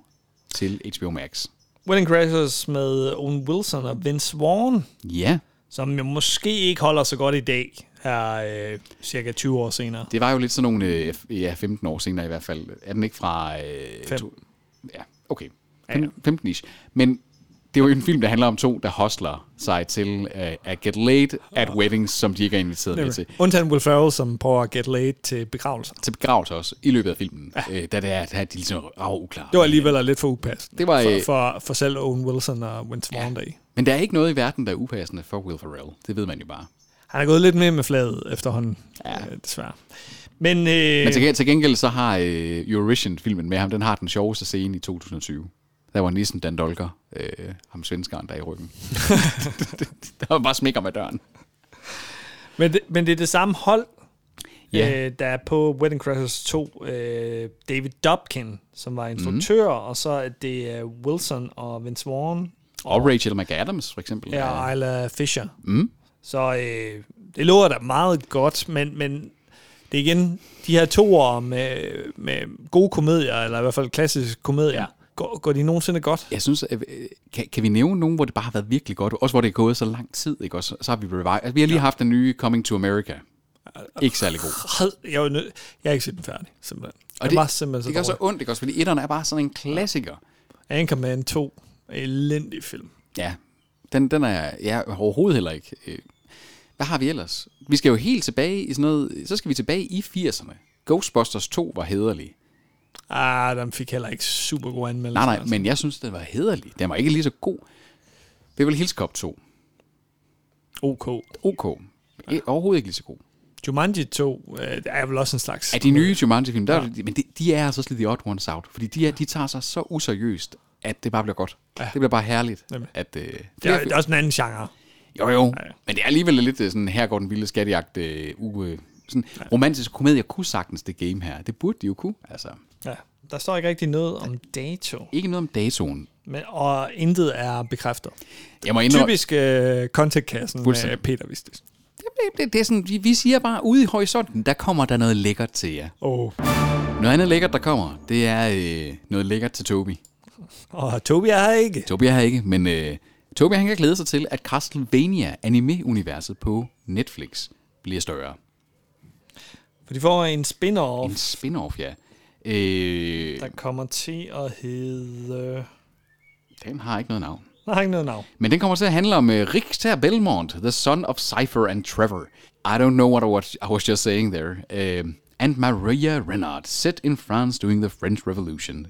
[SPEAKER 2] til HBO Max.
[SPEAKER 1] Wedding Crashers med Owen Wilson og Vince Vaughn,
[SPEAKER 2] Ja,
[SPEAKER 1] som jo måske ikke holder så godt i dag, her øh, cirka 20 år senere.
[SPEAKER 2] det var jo lidt sådan nogle øh, f- ja, 15 år senere i hvert fald. Er den ikke fra... Øh,
[SPEAKER 1] Fem.
[SPEAKER 2] to- Ja, okay. Fem- 15 ish. Men det er jo en film, der handler om to, der hostler sig til uh, at get late at weddings, som de ikke er inviteret med til.
[SPEAKER 1] Undtagen Will Ferrell, som prøver at get late til begravelser.
[SPEAKER 2] Til begravelse også, i løbet af filmen, ja. øh, da det er, at de ligesom er oh, uklare.
[SPEAKER 1] Det var alligevel lidt for upassende.
[SPEAKER 2] Det var,
[SPEAKER 1] for,
[SPEAKER 2] øh,
[SPEAKER 1] for, for selv Owen Wilson og Vince Vaughn ja.
[SPEAKER 2] Men der er ikke noget i verden, der er upassende for Will Ferrell. Det ved man jo bare.
[SPEAKER 1] Han er gået lidt mere med fladet efterhånden, ja. øh, desværre. Men, øh,
[SPEAKER 2] Men til, gengæld- til gengæld så har øh, Eurovision-filmen med ham, den har den sjoveste scene i 2020. Der var nissen Dan Dolker, øh, ham svenskeren, der er i ryggen. der var bare smækker med døren.
[SPEAKER 1] men, det, men det er det samme hold,
[SPEAKER 2] Ja.
[SPEAKER 1] øh, der er på Wedding Crashers 2. Øh, David Dobkin, som var instruktør, mm. og så er det øh, Wilson og Vince Vaughn
[SPEAKER 2] Og Rachel McAdams, for eksempel.
[SPEAKER 1] ja,
[SPEAKER 2] er-
[SPEAKER 1] og Isla Fisher. Mm. Så øh, det lover da meget godt, men, men det er igen de her toer med, med gode komedier, eller i hvert fald klassiske komedier. Ja. Går, går de nogensinde godt?
[SPEAKER 2] Jeg synes, at, øh, kan, kan vi nævne nogen, hvor det bare har været virkelig godt? Også hvor det er gået så lang tid, ikke? Også, så har vi revive. Altså, vi har lige ja. haft den nye Coming to America. Ikke særlig god.
[SPEAKER 1] Hold- Jeg, er jo nød, jeg har ikke set den færdig, simpelthen. Og
[SPEAKER 2] Og
[SPEAKER 1] det,
[SPEAKER 2] det,
[SPEAKER 1] var simpelthen
[SPEAKER 2] det
[SPEAKER 1] så
[SPEAKER 2] gør så
[SPEAKER 1] dårlig.
[SPEAKER 2] ondt, ikke? Også, fordi etteren er bare sådan en klassiker.
[SPEAKER 1] Anchorman 2, elendig film.
[SPEAKER 2] Ja, den, den er jeg ja, overhovedet heller ikke. øh. Hvad har vi ellers? Vi skal jo helt tilbage i sådan noget, så skal vi tilbage i 80'erne. Ghostbusters 2 var hederlig.
[SPEAKER 1] Ah, den fik heller ikke super gode anmeldelser. altså.
[SPEAKER 2] Nej, nej, men jeg synes, den var hederlig. Den var ikke lige så god. Det er vel Hills Cop 2.
[SPEAKER 1] OK.
[SPEAKER 2] OK. Ja. Overhovedet ikke lige så god.
[SPEAKER 1] Jumanji 2 øh, er vel også en slags...
[SPEAKER 2] Af de nye Jumanji-film, der, ja. men de, de er altså også lidt the odd ones out. Fordi de, er, de tager sig så useriøst, at det bare bliver godt. Ja. Det bliver bare herligt.
[SPEAKER 1] Nemlig.
[SPEAKER 2] At, øh,
[SPEAKER 1] det,
[SPEAKER 2] flere
[SPEAKER 1] er, det er også en anden genre.
[SPEAKER 2] Jo, jo. Ja, ja. Men det er alligevel lidt øh, sådan, her går den vilde skattejagt øh, uge. Øh, sådan ja. romantisk komedie kunne sagtens det game her. Det burde de jo kunne. Altså,
[SPEAKER 1] Ja. Der står ikke rigtig noget om dato,
[SPEAKER 2] ikke noget om datoen.
[SPEAKER 1] men, og intet er bekræftet.
[SPEAKER 2] Jeg må indrømme,
[SPEAKER 1] Typisk øh, contentkassen med
[SPEAKER 2] Fuldstændig.
[SPEAKER 1] Peter, hvis det
[SPEAKER 2] det, det, det er sådan, vi, vi siger bare, ude i horisonten, der kommer der noget lækkert til jer.
[SPEAKER 1] Åh,
[SPEAKER 2] Noget andet lækkert, der kommer, det er øh, noget lækkert til Tobi.
[SPEAKER 1] og Tobi er her ikke.
[SPEAKER 2] Tobi er her ikke, men øh, Tobi han kan glæde sig til, at Castlevania anime-universet på Netflix bliver større.
[SPEAKER 1] For de får en spin-off,
[SPEAKER 2] En spin-off, ja. Øh,
[SPEAKER 1] der kommer til at hedde...
[SPEAKER 2] den har ikke noget navn.
[SPEAKER 1] Der har ikke noget navn.
[SPEAKER 2] Men den kommer til at handle om uh, Richter Belmont, the son of Cypher and Trevor. I don't know what I was, I was just saying there. Uh, and Maria Renard, set in France during the French Revolution.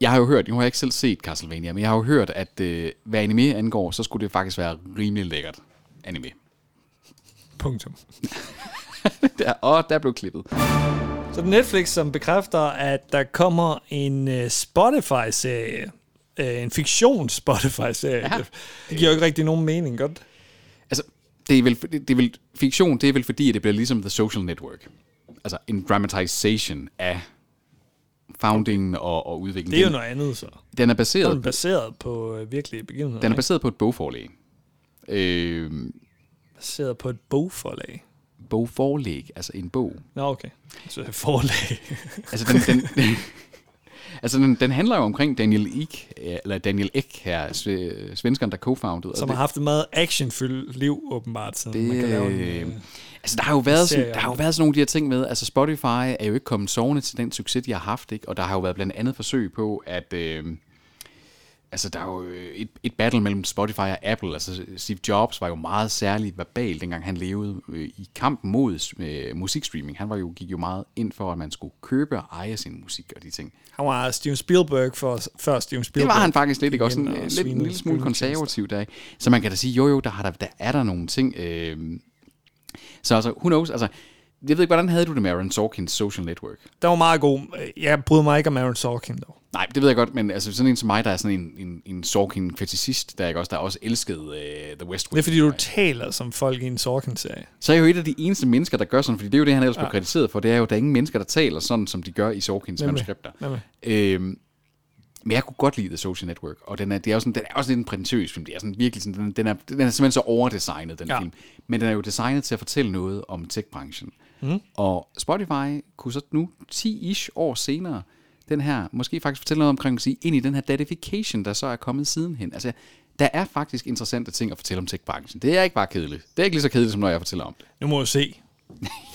[SPEAKER 2] Jeg har jo hørt, nu har jeg ikke selv set Castlevania, men jeg har jo hørt, at uh, hvad anime angår, så skulle det faktisk være rimelig lækkert anime.
[SPEAKER 1] Punktum.
[SPEAKER 2] Der, og der blev klippet.
[SPEAKER 1] Så er det Netflix, som bekræfter, at der kommer en øh, Spotify-serie. Øh, en fiktions-Spotify-serie.
[SPEAKER 2] Ja.
[SPEAKER 1] Ja. Det giver jo ikke rigtig nogen mening, godt?
[SPEAKER 2] Altså, det er, vel, det er vel fiktion, det er vel fordi, at det bliver ligesom The Social Network. Altså en dramatization af foundingen og, og udviklingen.
[SPEAKER 1] Det er jo
[SPEAKER 2] den,
[SPEAKER 1] noget andet, så.
[SPEAKER 2] den er
[SPEAKER 1] Den er
[SPEAKER 2] baseret
[SPEAKER 1] baseret på øh, virkelige begivenheder.
[SPEAKER 2] Den er
[SPEAKER 1] ikke?
[SPEAKER 2] baseret på et bogforlæg. Øh,
[SPEAKER 1] baseret på et bogforlag.
[SPEAKER 2] bogforlæg, altså en bog.
[SPEAKER 1] Nå, okay. Så et forlag.
[SPEAKER 2] Altså, den, den, altså den, den handler jo omkring Daniel Ek, øh, eller Daniel Ek her, sve- svenskeren, der co-founded. og
[SPEAKER 1] som har haft et meget actionfyldt liv, åbenbart, siden det, man kan lave en,
[SPEAKER 2] det,
[SPEAKER 1] øh,
[SPEAKER 2] øh, altså, der har jo været, sådan,
[SPEAKER 1] serie
[SPEAKER 2] der
[SPEAKER 1] om
[SPEAKER 2] har jo været sådan nogle af de her ting med, altså Spotify er jo ikke kommet sovende til den succes, de har haft, ikke? og der har jo været blandt andet forsøg på, at øh, altså, der er jo øh, et, et battle mellem Spotify og Apple, altså Steve Jobs var jo meget særlig verbal, dengang han levede øh, i kampen mod øh, musikstreaming. Han var jo, gik jo meget ind for, at man skulle købe og eje sin musik og de ting.
[SPEAKER 1] Han var Steven Spielberg for, før Steven Spielberg.
[SPEAKER 2] Det var han faktisk lidt, ikke? Også
[SPEAKER 1] Igen,
[SPEAKER 2] sådan, øh,
[SPEAKER 1] og
[SPEAKER 2] lidt,
[SPEAKER 1] svine-
[SPEAKER 2] en lille smule
[SPEAKER 1] streamingtjenester.
[SPEAKER 2] konservativ der, ikke? Så man kan da sige, jo jo, der, har der, der er der nogle ting. Øh, så altså, who knows? Altså, jeg ved ikke, hvordan havde du det med Aaron Sorkins Social Network?
[SPEAKER 1] Der var meget god. Jeg bryder mig ikke om Aaron Sorkin, dog.
[SPEAKER 2] Nej, det ved jeg godt, men altså, sådan en som mig, der er sådan en, en, en sorkin fetishist der, ikke? Også, der også elskede øh, The West Wing.
[SPEAKER 1] Det er, fordi du taler som folk i en Sorkin-serie.
[SPEAKER 2] Så er jeg jo et af de eneste mennesker, der gør sådan, fordi det er jo det, han ellers blev kritiseret for, det er jo, at der er ingen mennesker, der taler sådan, som de gør i Sorkins
[SPEAKER 1] Nemlig.
[SPEAKER 2] manuskripter.
[SPEAKER 1] Nemlig.
[SPEAKER 2] Øhm, men jeg kunne godt lide The Social Network, og den er, det er jo sådan, den er også lidt en prætentiøs film. Det er sådan virkelig sådan, den, den, er, den er simpelthen så overdesignet, den
[SPEAKER 1] Ja.
[SPEAKER 2] ja. film. Men den er jo designet til at fortælle noget om tech-branchen. Mm. Og Spotify kunne så nu 10-ish år senere, den her, måske faktisk fortælle noget omkring, sige, ind i den her datification, der så er kommet sidenhen. Altså, der er faktisk interessante ting at fortælle om tech-branchen. Det er ikke bare kedeligt. Det er ikke lige så kedeligt, som når jeg fortæller om det.
[SPEAKER 1] Nu må du se.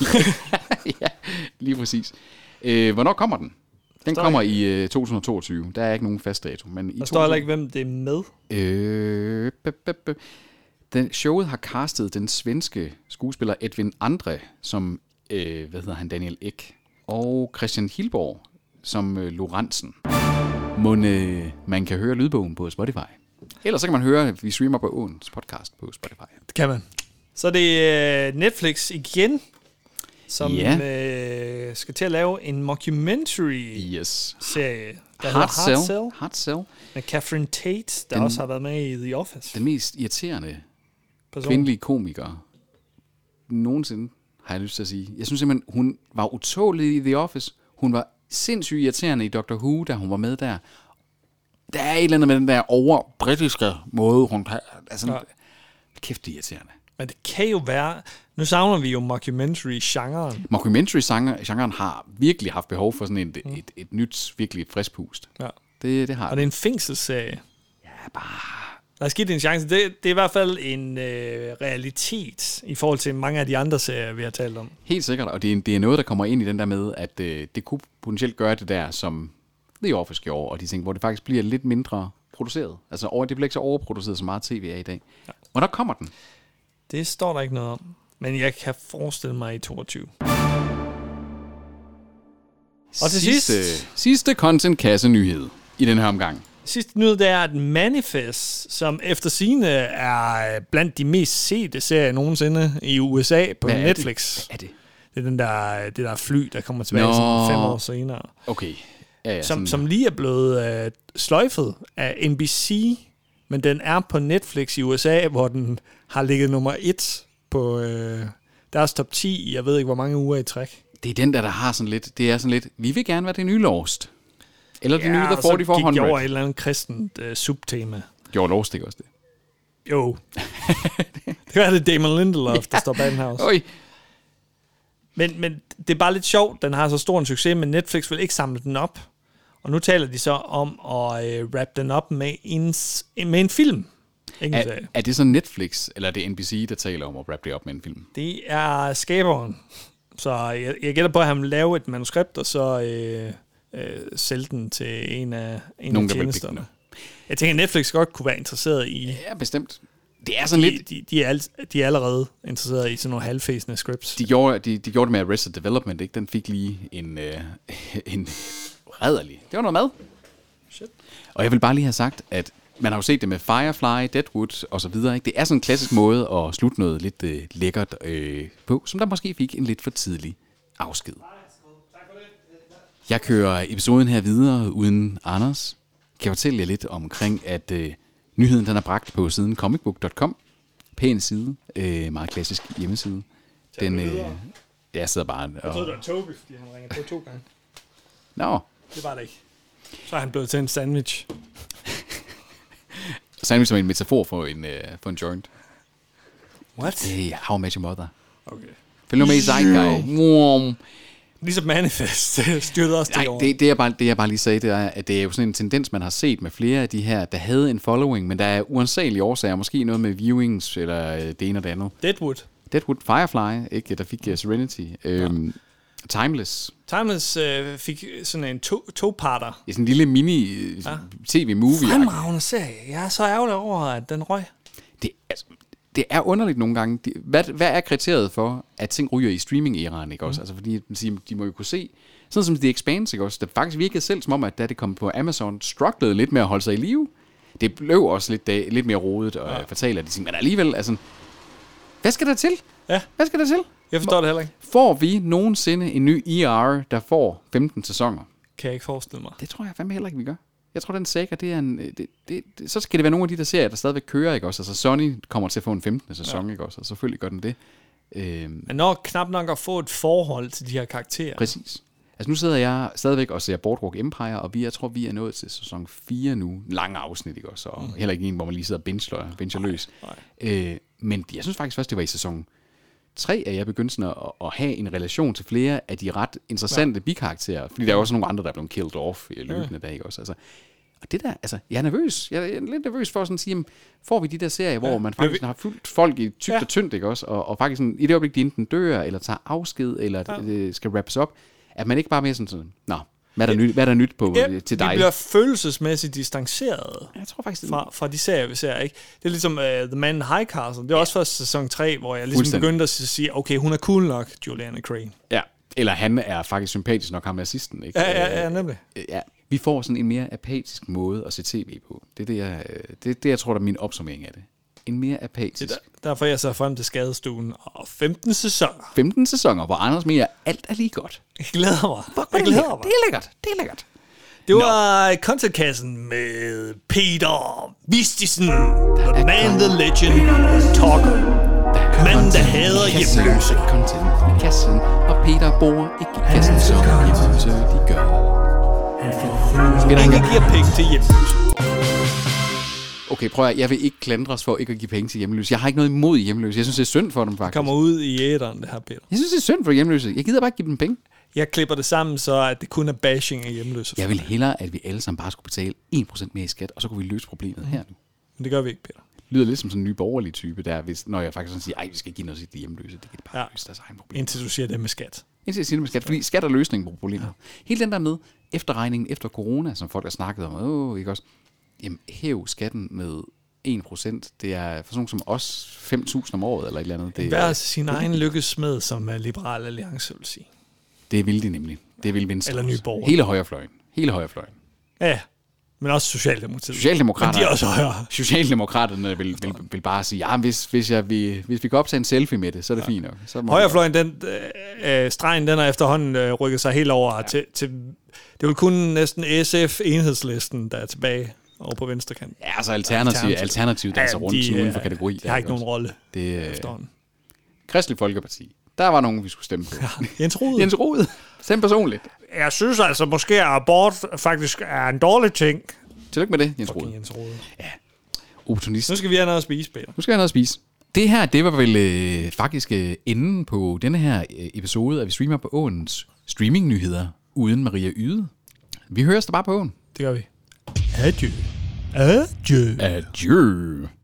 [SPEAKER 2] ja, lige præcis. Øh, hvornår kommer den? Den
[SPEAKER 1] står
[SPEAKER 2] kommer i øh, 2022. Der er ikke nogen fast dato. Men i
[SPEAKER 1] Der står heller ikke, hvem det er med.
[SPEAKER 2] Øh, b- b- b- den, showet har castet den svenske skuespiller Edvin Andre, som, øh, hvad hedder han, Daniel Ek, og Christian Hilborg som øh, Lorentzen. Mon, øh, man kan høre lydbogen på Spotify. Ellers så kan man høre, at vi streamer på Åens podcast på Spotify.
[SPEAKER 1] Det kan man. Så er det er Netflix igen, som
[SPEAKER 2] Ja.
[SPEAKER 1] øh, skal til at lave en mockumentary-serie,
[SPEAKER 2] Yes.
[SPEAKER 1] der
[SPEAKER 2] Hard
[SPEAKER 1] hedder Hard
[SPEAKER 2] Cell.
[SPEAKER 1] Cell,
[SPEAKER 2] Hard Cell.
[SPEAKER 1] med Catherine Tate, der
[SPEAKER 2] Den-
[SPEAKER 1] også har været med i The Office.
[SPEAKER 2] Den mest irriterende
[SPEAKER 1] Person.
[SPEAKER 2] kvindelige komiker nogensinde, har jeg lyst til at sige. Jeg synes simpelthen, hun var utålig i The Office. Hun var sindssygt irriterende i Doctor Who, da hun var med der. Der er et eller andet med den der overbritiske måde, hun... Altså, ja.
[SPEAKER 1] Ja.
[SPEAKER 2] Kæft, det er irriterende.
[SPEAKER 1] Men det kan jo være... Nu savner vi jo mockumentary-genren.
[SPEAKER 2] Mockumentary-genren har virkelig haft behov for sådan et, et, et nyt, virkelig frisk pust.
[SPEAKER 1] Ja.
[SPEAKER 2] Det, det har
[SPEAKER 1] Og det er en fængselsserie.
[SPEAKER 2] jeg bare...
[SPEAKER 1] Der er skidt en chance. Det, det er i hvert fald en øh, realitet i forhold til mange af de andre serier, vi har talt om.
[SPEAKER 2] Helt sikkert, og det er, det er noget, der kommer ind i den der med, at øh, det kunne potentielt gøre det der, som The Office gjorde, og de ting, hvor det faktisk bliver lidt mindre produceret. Altså, over, det bliver ikke så overproduceret så meget tv er i dag. Ja. Og der kommer den.
[SPEAKER 1] Det står der ikke noget om. Men jeg kan forestille mig i 22. Og til sidst-
[SPEAKER 2] Sidste, sidste content-kasse-nyhed i den her omgang.
[SPEAKER 1] Sidste nyhed det er, at Manifest, som efter sine er øh, blandt de mest sete serier nogensinde i USA på
[SPEAKER 2] Hvad er det?
[SPEAKER 1] Netflix. Det?
[SPEAKER 2] Hvad er det?
[SPEAKER 1] det er den der, øh, det der fly, der kommer tilbage
[SPEAKER 2] Nå.
[SPEAKER 1] sådan fem år senere.
[SPEAKER 2] Okay. Ja, ja,
[SPEAKER 1] Som,
[SPEAKER 2] sådan,
[SPEAKER 1] som lige er blevet øh, sløjfet af NBC, men den er på Netflix i USA, hvor den har ligget nummer et på øh, deres top 10 i jeg ved ikke hvor mange uger i træk.
[SPEAKER 2] Det er den der, der har sådan lidt, det er sådan lidt, vi vil gerne være det nye Lost. Eller Altså, det nye
[SPEAKER 1] og
[SPEAKER 2] The
[SPEAKER 1] så gik jeg over
[SPEAKER 2] 4400.
[SPEAKER 1] et eller andet kristent øh, subtema.
[SPEAKER 2] Gjorde Lost ikke også det?
[SPEAKER 1] Jo. det var det Damon Lindelof, der står bag den her også.
[SPEAKER 2] Øj,
[SPEAKER 1] Men, men det er bare lidt sjovt, den har så stor en succes, men Netflix vil ikke samle den op. Og nu taler de så om at øh, wrap den op med en, s- med en film. Ikke en
[SPEAKER 2] er,
[SPEAKER 1] serie.
[SPEAKER 2] er det så Netflix, eller er det NBC, der taler om at wrap det op med en film?
[SPEAKER 1] Det er skaberen. Så jeg, jeg gætter på, at han vil lave et manuskript, og så øh, øh, sælge den til en af, en
[SPEAKER 2] Nogen,
[SPEAKER 1] Nogen,
[SPEAKER 2] der
[SPEAKER 1] af
[SPEAKER 2] vil pick den
[SPEAKER 1] tjenesterne. Jeg tænker, at Netflix godt kunne være interesseret i...
[SPEAKER 2] Ja, bestemt. Det er sådan
[SPEAKER 1] De,
[SPEAKER 2] lidt...
[SPEAKER 1] de, de, er, alt, de er allerede interesseret i sådan nogle halvfæsende scripts.
[SPEAKER 2] De gjorde, de, de gjorde det med Arrested Development, ikke? Den fik lige en, øh, en redderlig. Det var noget mad.
[SPEAKER 1] Shit.
[SPEAKER 2] Og jeg vil bare lige have sagt, at man har jo set det med Firefly, Deadwood og så videre. Ikke? Det er sådan en klassisk måde at slutte noget lidt øh, lækkert øh, på, som der måske fik en lidt for tidlig afsked. Jeg kører episoden her videre uden Anders. Kan fortælle jer lidt omkring, at øh, nyheden den er bragt på siden comicbook.com. Pæn side, øh, meget klassisk hjemmeside. Den, øh, jeg sidder bare og...
[SPEAKER 1] var Toby, fordi han ringer på to gange.
[SPEAKER 2] Nå,
[SPEAKER 1] Det var det ikke. Så er han blevet til en sandwich.
[SPEAKER 2] sandwich som en metafor for en, øh, for en joint.
[SPEAKER 1] What?
[SPEAKER 2] Hey, Øh, how I met your mother.
[SPEAKER 1] Okay.
[SPEAKER 2] Følg nu med i Zeitgeist. Wow.
[SPEAKER 1] Ligesom Manifest styrede også
[SPEAKER 2] Nej,
[SPEAKER 1] det over.
[SPEAKER 2] det, det, jeg bare, det jeg bare lige sagde, det er, at det er jo sådan en tendens, man har set med flere af de her, der havde en following, men der er uansagelige årsager, måske noget med viewings, eller øh, det ene og det andet.
[SPEAKER 1] Deadwood.
[SPEAKER 2] Deadwood Firefly, ikke, der fik øh, Serenity. Øhm, Timeless.
[SPEAKER 1] Timeless øh, fik sådan en to, to-parter.
[SPEAKER 2] Det er sådan en lille mini-tv-movie.
[SPEAKER 1] Fremragende serie. Jeg er så ærgerlig over, at den røg.
[SPEAKER 2] det, altså, det er underligt nogle gange. De, hvad, hvad er kriteriet for, at ting ryger i streaming-æraen, ikke
[SPEAKER 1] Mm.
[SPEAKER 2] også? Altså, fordi man siger, de må jo kunne se, sådan som The Expanse, ikke også? Det faktisk virkede selv som om, at da det kom på Amazon, strugglede lidt med at holde sig i live. Det blev også lidt, da, lidt mere rodet og ja. fatalt, og de ting, men alligevel, altså, hvad skal der til?
[SPEAKER 1] Ja.
[SPEAKER 2] Hvad skal der til?
[SPEAKER 1] Jeg forstår det heller ikke.
[SPEAKER 2] Får vi nogensinde en ny ER, der får 15 sæsoner?
[SPEAKER 1] Kan jeg ikke forestille mig.
[SPEAKER 2] Det tror jeg fandme heller ikke, vi gør. Jeg tror, den saga, det er en... øh, Det, det, det, så skal det være nogle af de der serier, der stadigvæk kører, ikke også? Altså, Sony kommer til at få en 15. sæson, ja. ikke også? Og selvfølgelig gør den det. Øhm,
[SPEAKER 1] Man når knap nok at få et forhold til de her karakterer.
[SPEAKER 2] præcis. Altså, nu sidder jeg stadigvæk og ser Boardwalk Empire, og vi, jeg tror, vi er nået til sæson 4 nu. Lang afsnit, ikke også? Og heller ikke en, hvor man lige sidder og binge binger løs.
[SPEAKER 1] Mm. nej.
[SPEAKER 2] Øh, men jeg synes faktisk først, det var i sæson 3, at jeg begyndte sådan at, at have en relation til flere af de ret interessante ja. bikarakterer. Fordi der er jo også nogle andre, der er blevet killed off i løbende ja. dage ikke også. Altså, og det der, altså, jeg er nervøs. Jeg er lidt nervøs for sådan at sige, jamen, får vi de der serier, hvor ja. man faktisk har fulgt folk i tykt ja.
[SPEAKER 1] Ja.
[SPEAKER 2] og tyndt, ikke også? Og, og faktisk sådan, i det øjeblik, de enten dør, eller tager afsked, eller ja. skal wraps op, at man ikke bare mere sådan sådan, nå, Hvad er der nyt, hvad er der nyt på,
[SPEAKER 1] Ja,
[SPEAKER 2] til
[SPEAKER 1] Vi
[SPEAKER 2] dig?
[SPEAKER 1] bliver følelsesmæssigt distanceret
[SPEAKER 2] Jeg tror faktisk, det
[SPEAKER 1] fra, fra de serier, vi ser. Ikke? Det er ligesom uh, The Man in High Castle. Det er også først sæson 3, hvor jeg ligesom
[SPEAKER 2] Fuldstændig.
[SPEAKER 1] begyndte at sige, okay, hun er cool nok, Juliana Crane.
[SPEAKER 2] Ja. Eller han er faktisk sympatisk nok, ham assisten, ikke?
[SPEAKER 1] Ja, ja, ja, nemlig.
[SPEAKER 2] Øh, ja. Vi får sådan en mere apatisk måde at se tv på. Det er det, jeg, øh, det, det, jeg tror, der er min opsummering af det. En mere apatisk.
[SPEAKER 1] Det er der- derfor jeg så frem til skadestuen og 15 sæsoner.
[SPEAKER 2] 15 sæsoner, hvor Anders mener, at alt er lige godt.
[SPEAKER 1] Jeg glæder mig. Fuck,
[SPEAKER 2] Det
[SPEAKER 1] jeg
[SPEAKER 2] er
[SPEAKER 1] glæder
[SPEAKER 2] lækkert.
[SPEAKER 1] mig.
[SPEAKER 2] Det er lækkert. Det er lækkert.
[SPEAKER 1] Det var øh, Contentkassen med Peter Vistisen, The Man, The Legend, Talker. Manden, der hader hjemløse.
[SPEAKER 2] Content i kassen, og Peter bor ikke i kassen, som hjemløse de gør. Skal der
[SPEAKER 1] Ingen
[SPEAKER 2] ikke-
[SPEAKER 1] giver penge til hjemløse.
[SPEAKER 2] Okay, prøv at høre, jeg vil ikke klandre os for ikke at give penge til hjemløse. Jeg har ikke noget imod hjemløse. Jeg synes, det er synd for dem, faktisk.
[SPEAKER 1] Kommer ud i æderen, det her, Peter.
[SPEAKER 2] Jeg synes, det er synd for hjemløse. Jeg gider bare ikke give dem penge.
[SPEAKER 1] Jeg klipper det sammen, så at det kun er bashing af hjemløse.
[SPEAKER 2] Jeg vil hellere, at vi alle sammen bare skulle betale 1% mere i skat, og så kunne vi løse problemet her nu.
[SPEAKER 1] Men det gør vi ikke, Peter.
[SPEAKER 2] Lyder lidt som sådan en ny borgerlig type, der, hvis, når jeg faktisk sådan siger, ej, vi skal give noget til de hjemløse, det kan de bare
[SPEAKER 1] Ja.
[SPEAKER 2] ja. løse deres egen problem.
[SPEAKER 1] Indtil du siger det med skat.
[SPEAKER 2] Indtil jeg siger det med skat, fordi skat er løsningen på problemet. Hele den der med efterregningen efter corona, som folk har snakket om, åh, ikke også? Jamen, hæv skatten med 1%, det er for sådan nogle som os 5.000 om året eller et eller andet. Det,
[SPEAKER 1] Hver sin egen lykkesmed, som øh, Liberal Alliance vil sige.
[SPEAKER 2] det vil de nemlig. Det vil Venstre.
[SPEAKER 1] Eller Nye
[SPEAKER 2] også.
[SPEAKER 1] Borgerlige.
[SPEAKER 2] Hele højrefløjen. Hele højrefløjen.
[SPEAKER 1] Ja, men også Socialdemokratiet. Men
[SPEAKER 2] Socialdemokrater.
[SPEAKER 1] de er også højere.
[SPEAKER 2] Socialdemokraterne vil, vil, vil bare sige, ja, hvis, hvis, jeg, vil, hvis vi kan optage en selfie med det, så er det ja. fint nok. Så må
[SPEAKER 1] Højrefløjen, den øh, øh, stregen, den har efterhånden øh, rykket sig helt over ja. til, til... Det er jo kun næsten SF-enhedslisten, der er tilbage over på venstre kant.
[SPEAKER 2] Ja, altså alternativ,
[SPEAKER 1] Alternativ.
[SPEAKER 2] alternativ danser ja, altså rundt sådan uden for
[SPEAKER 1] øh,
[SPEAKER 2] kategori.
[SPEAKER 1] De har ikke nogen
[SPEAKER 2] også.
[SPEAKER 1] rolle
[SPEAKER 2] Det er
[SPEAKER 1] efterhånden.
[SPEAKER 2] Kristelig Folkeparti. Der var nogen, vi skulle stemme på.
[SPEAKER 1] Jens Rode.
[SPEAKER 2] Jens Rode. Stem personligt.
[SPEAKER 1] Jeg synes altså måske, at abort faktisk er en dårlig ting.
[SPEAKER 2] Tillykke med det, Jens Rode.
[SPEAKER 1] Jens Rode.
[SPEAKER 2] Opportunist.
[SPEAKER 1] Nu skal vi have noget at spise, Peter.
[SPEAKER 2] Nu skal jeg have noget at spise. Det her, det var vel øh, faktisk øh, enden på denne her øh, episode, at vi streamer på åens streamingnyheder uden Maria Yde. Vi høres da bare på åen.
[SPEAKER 1] Det gør vi. Adieu. Adieu.
[SPEAKER 2] Adieu.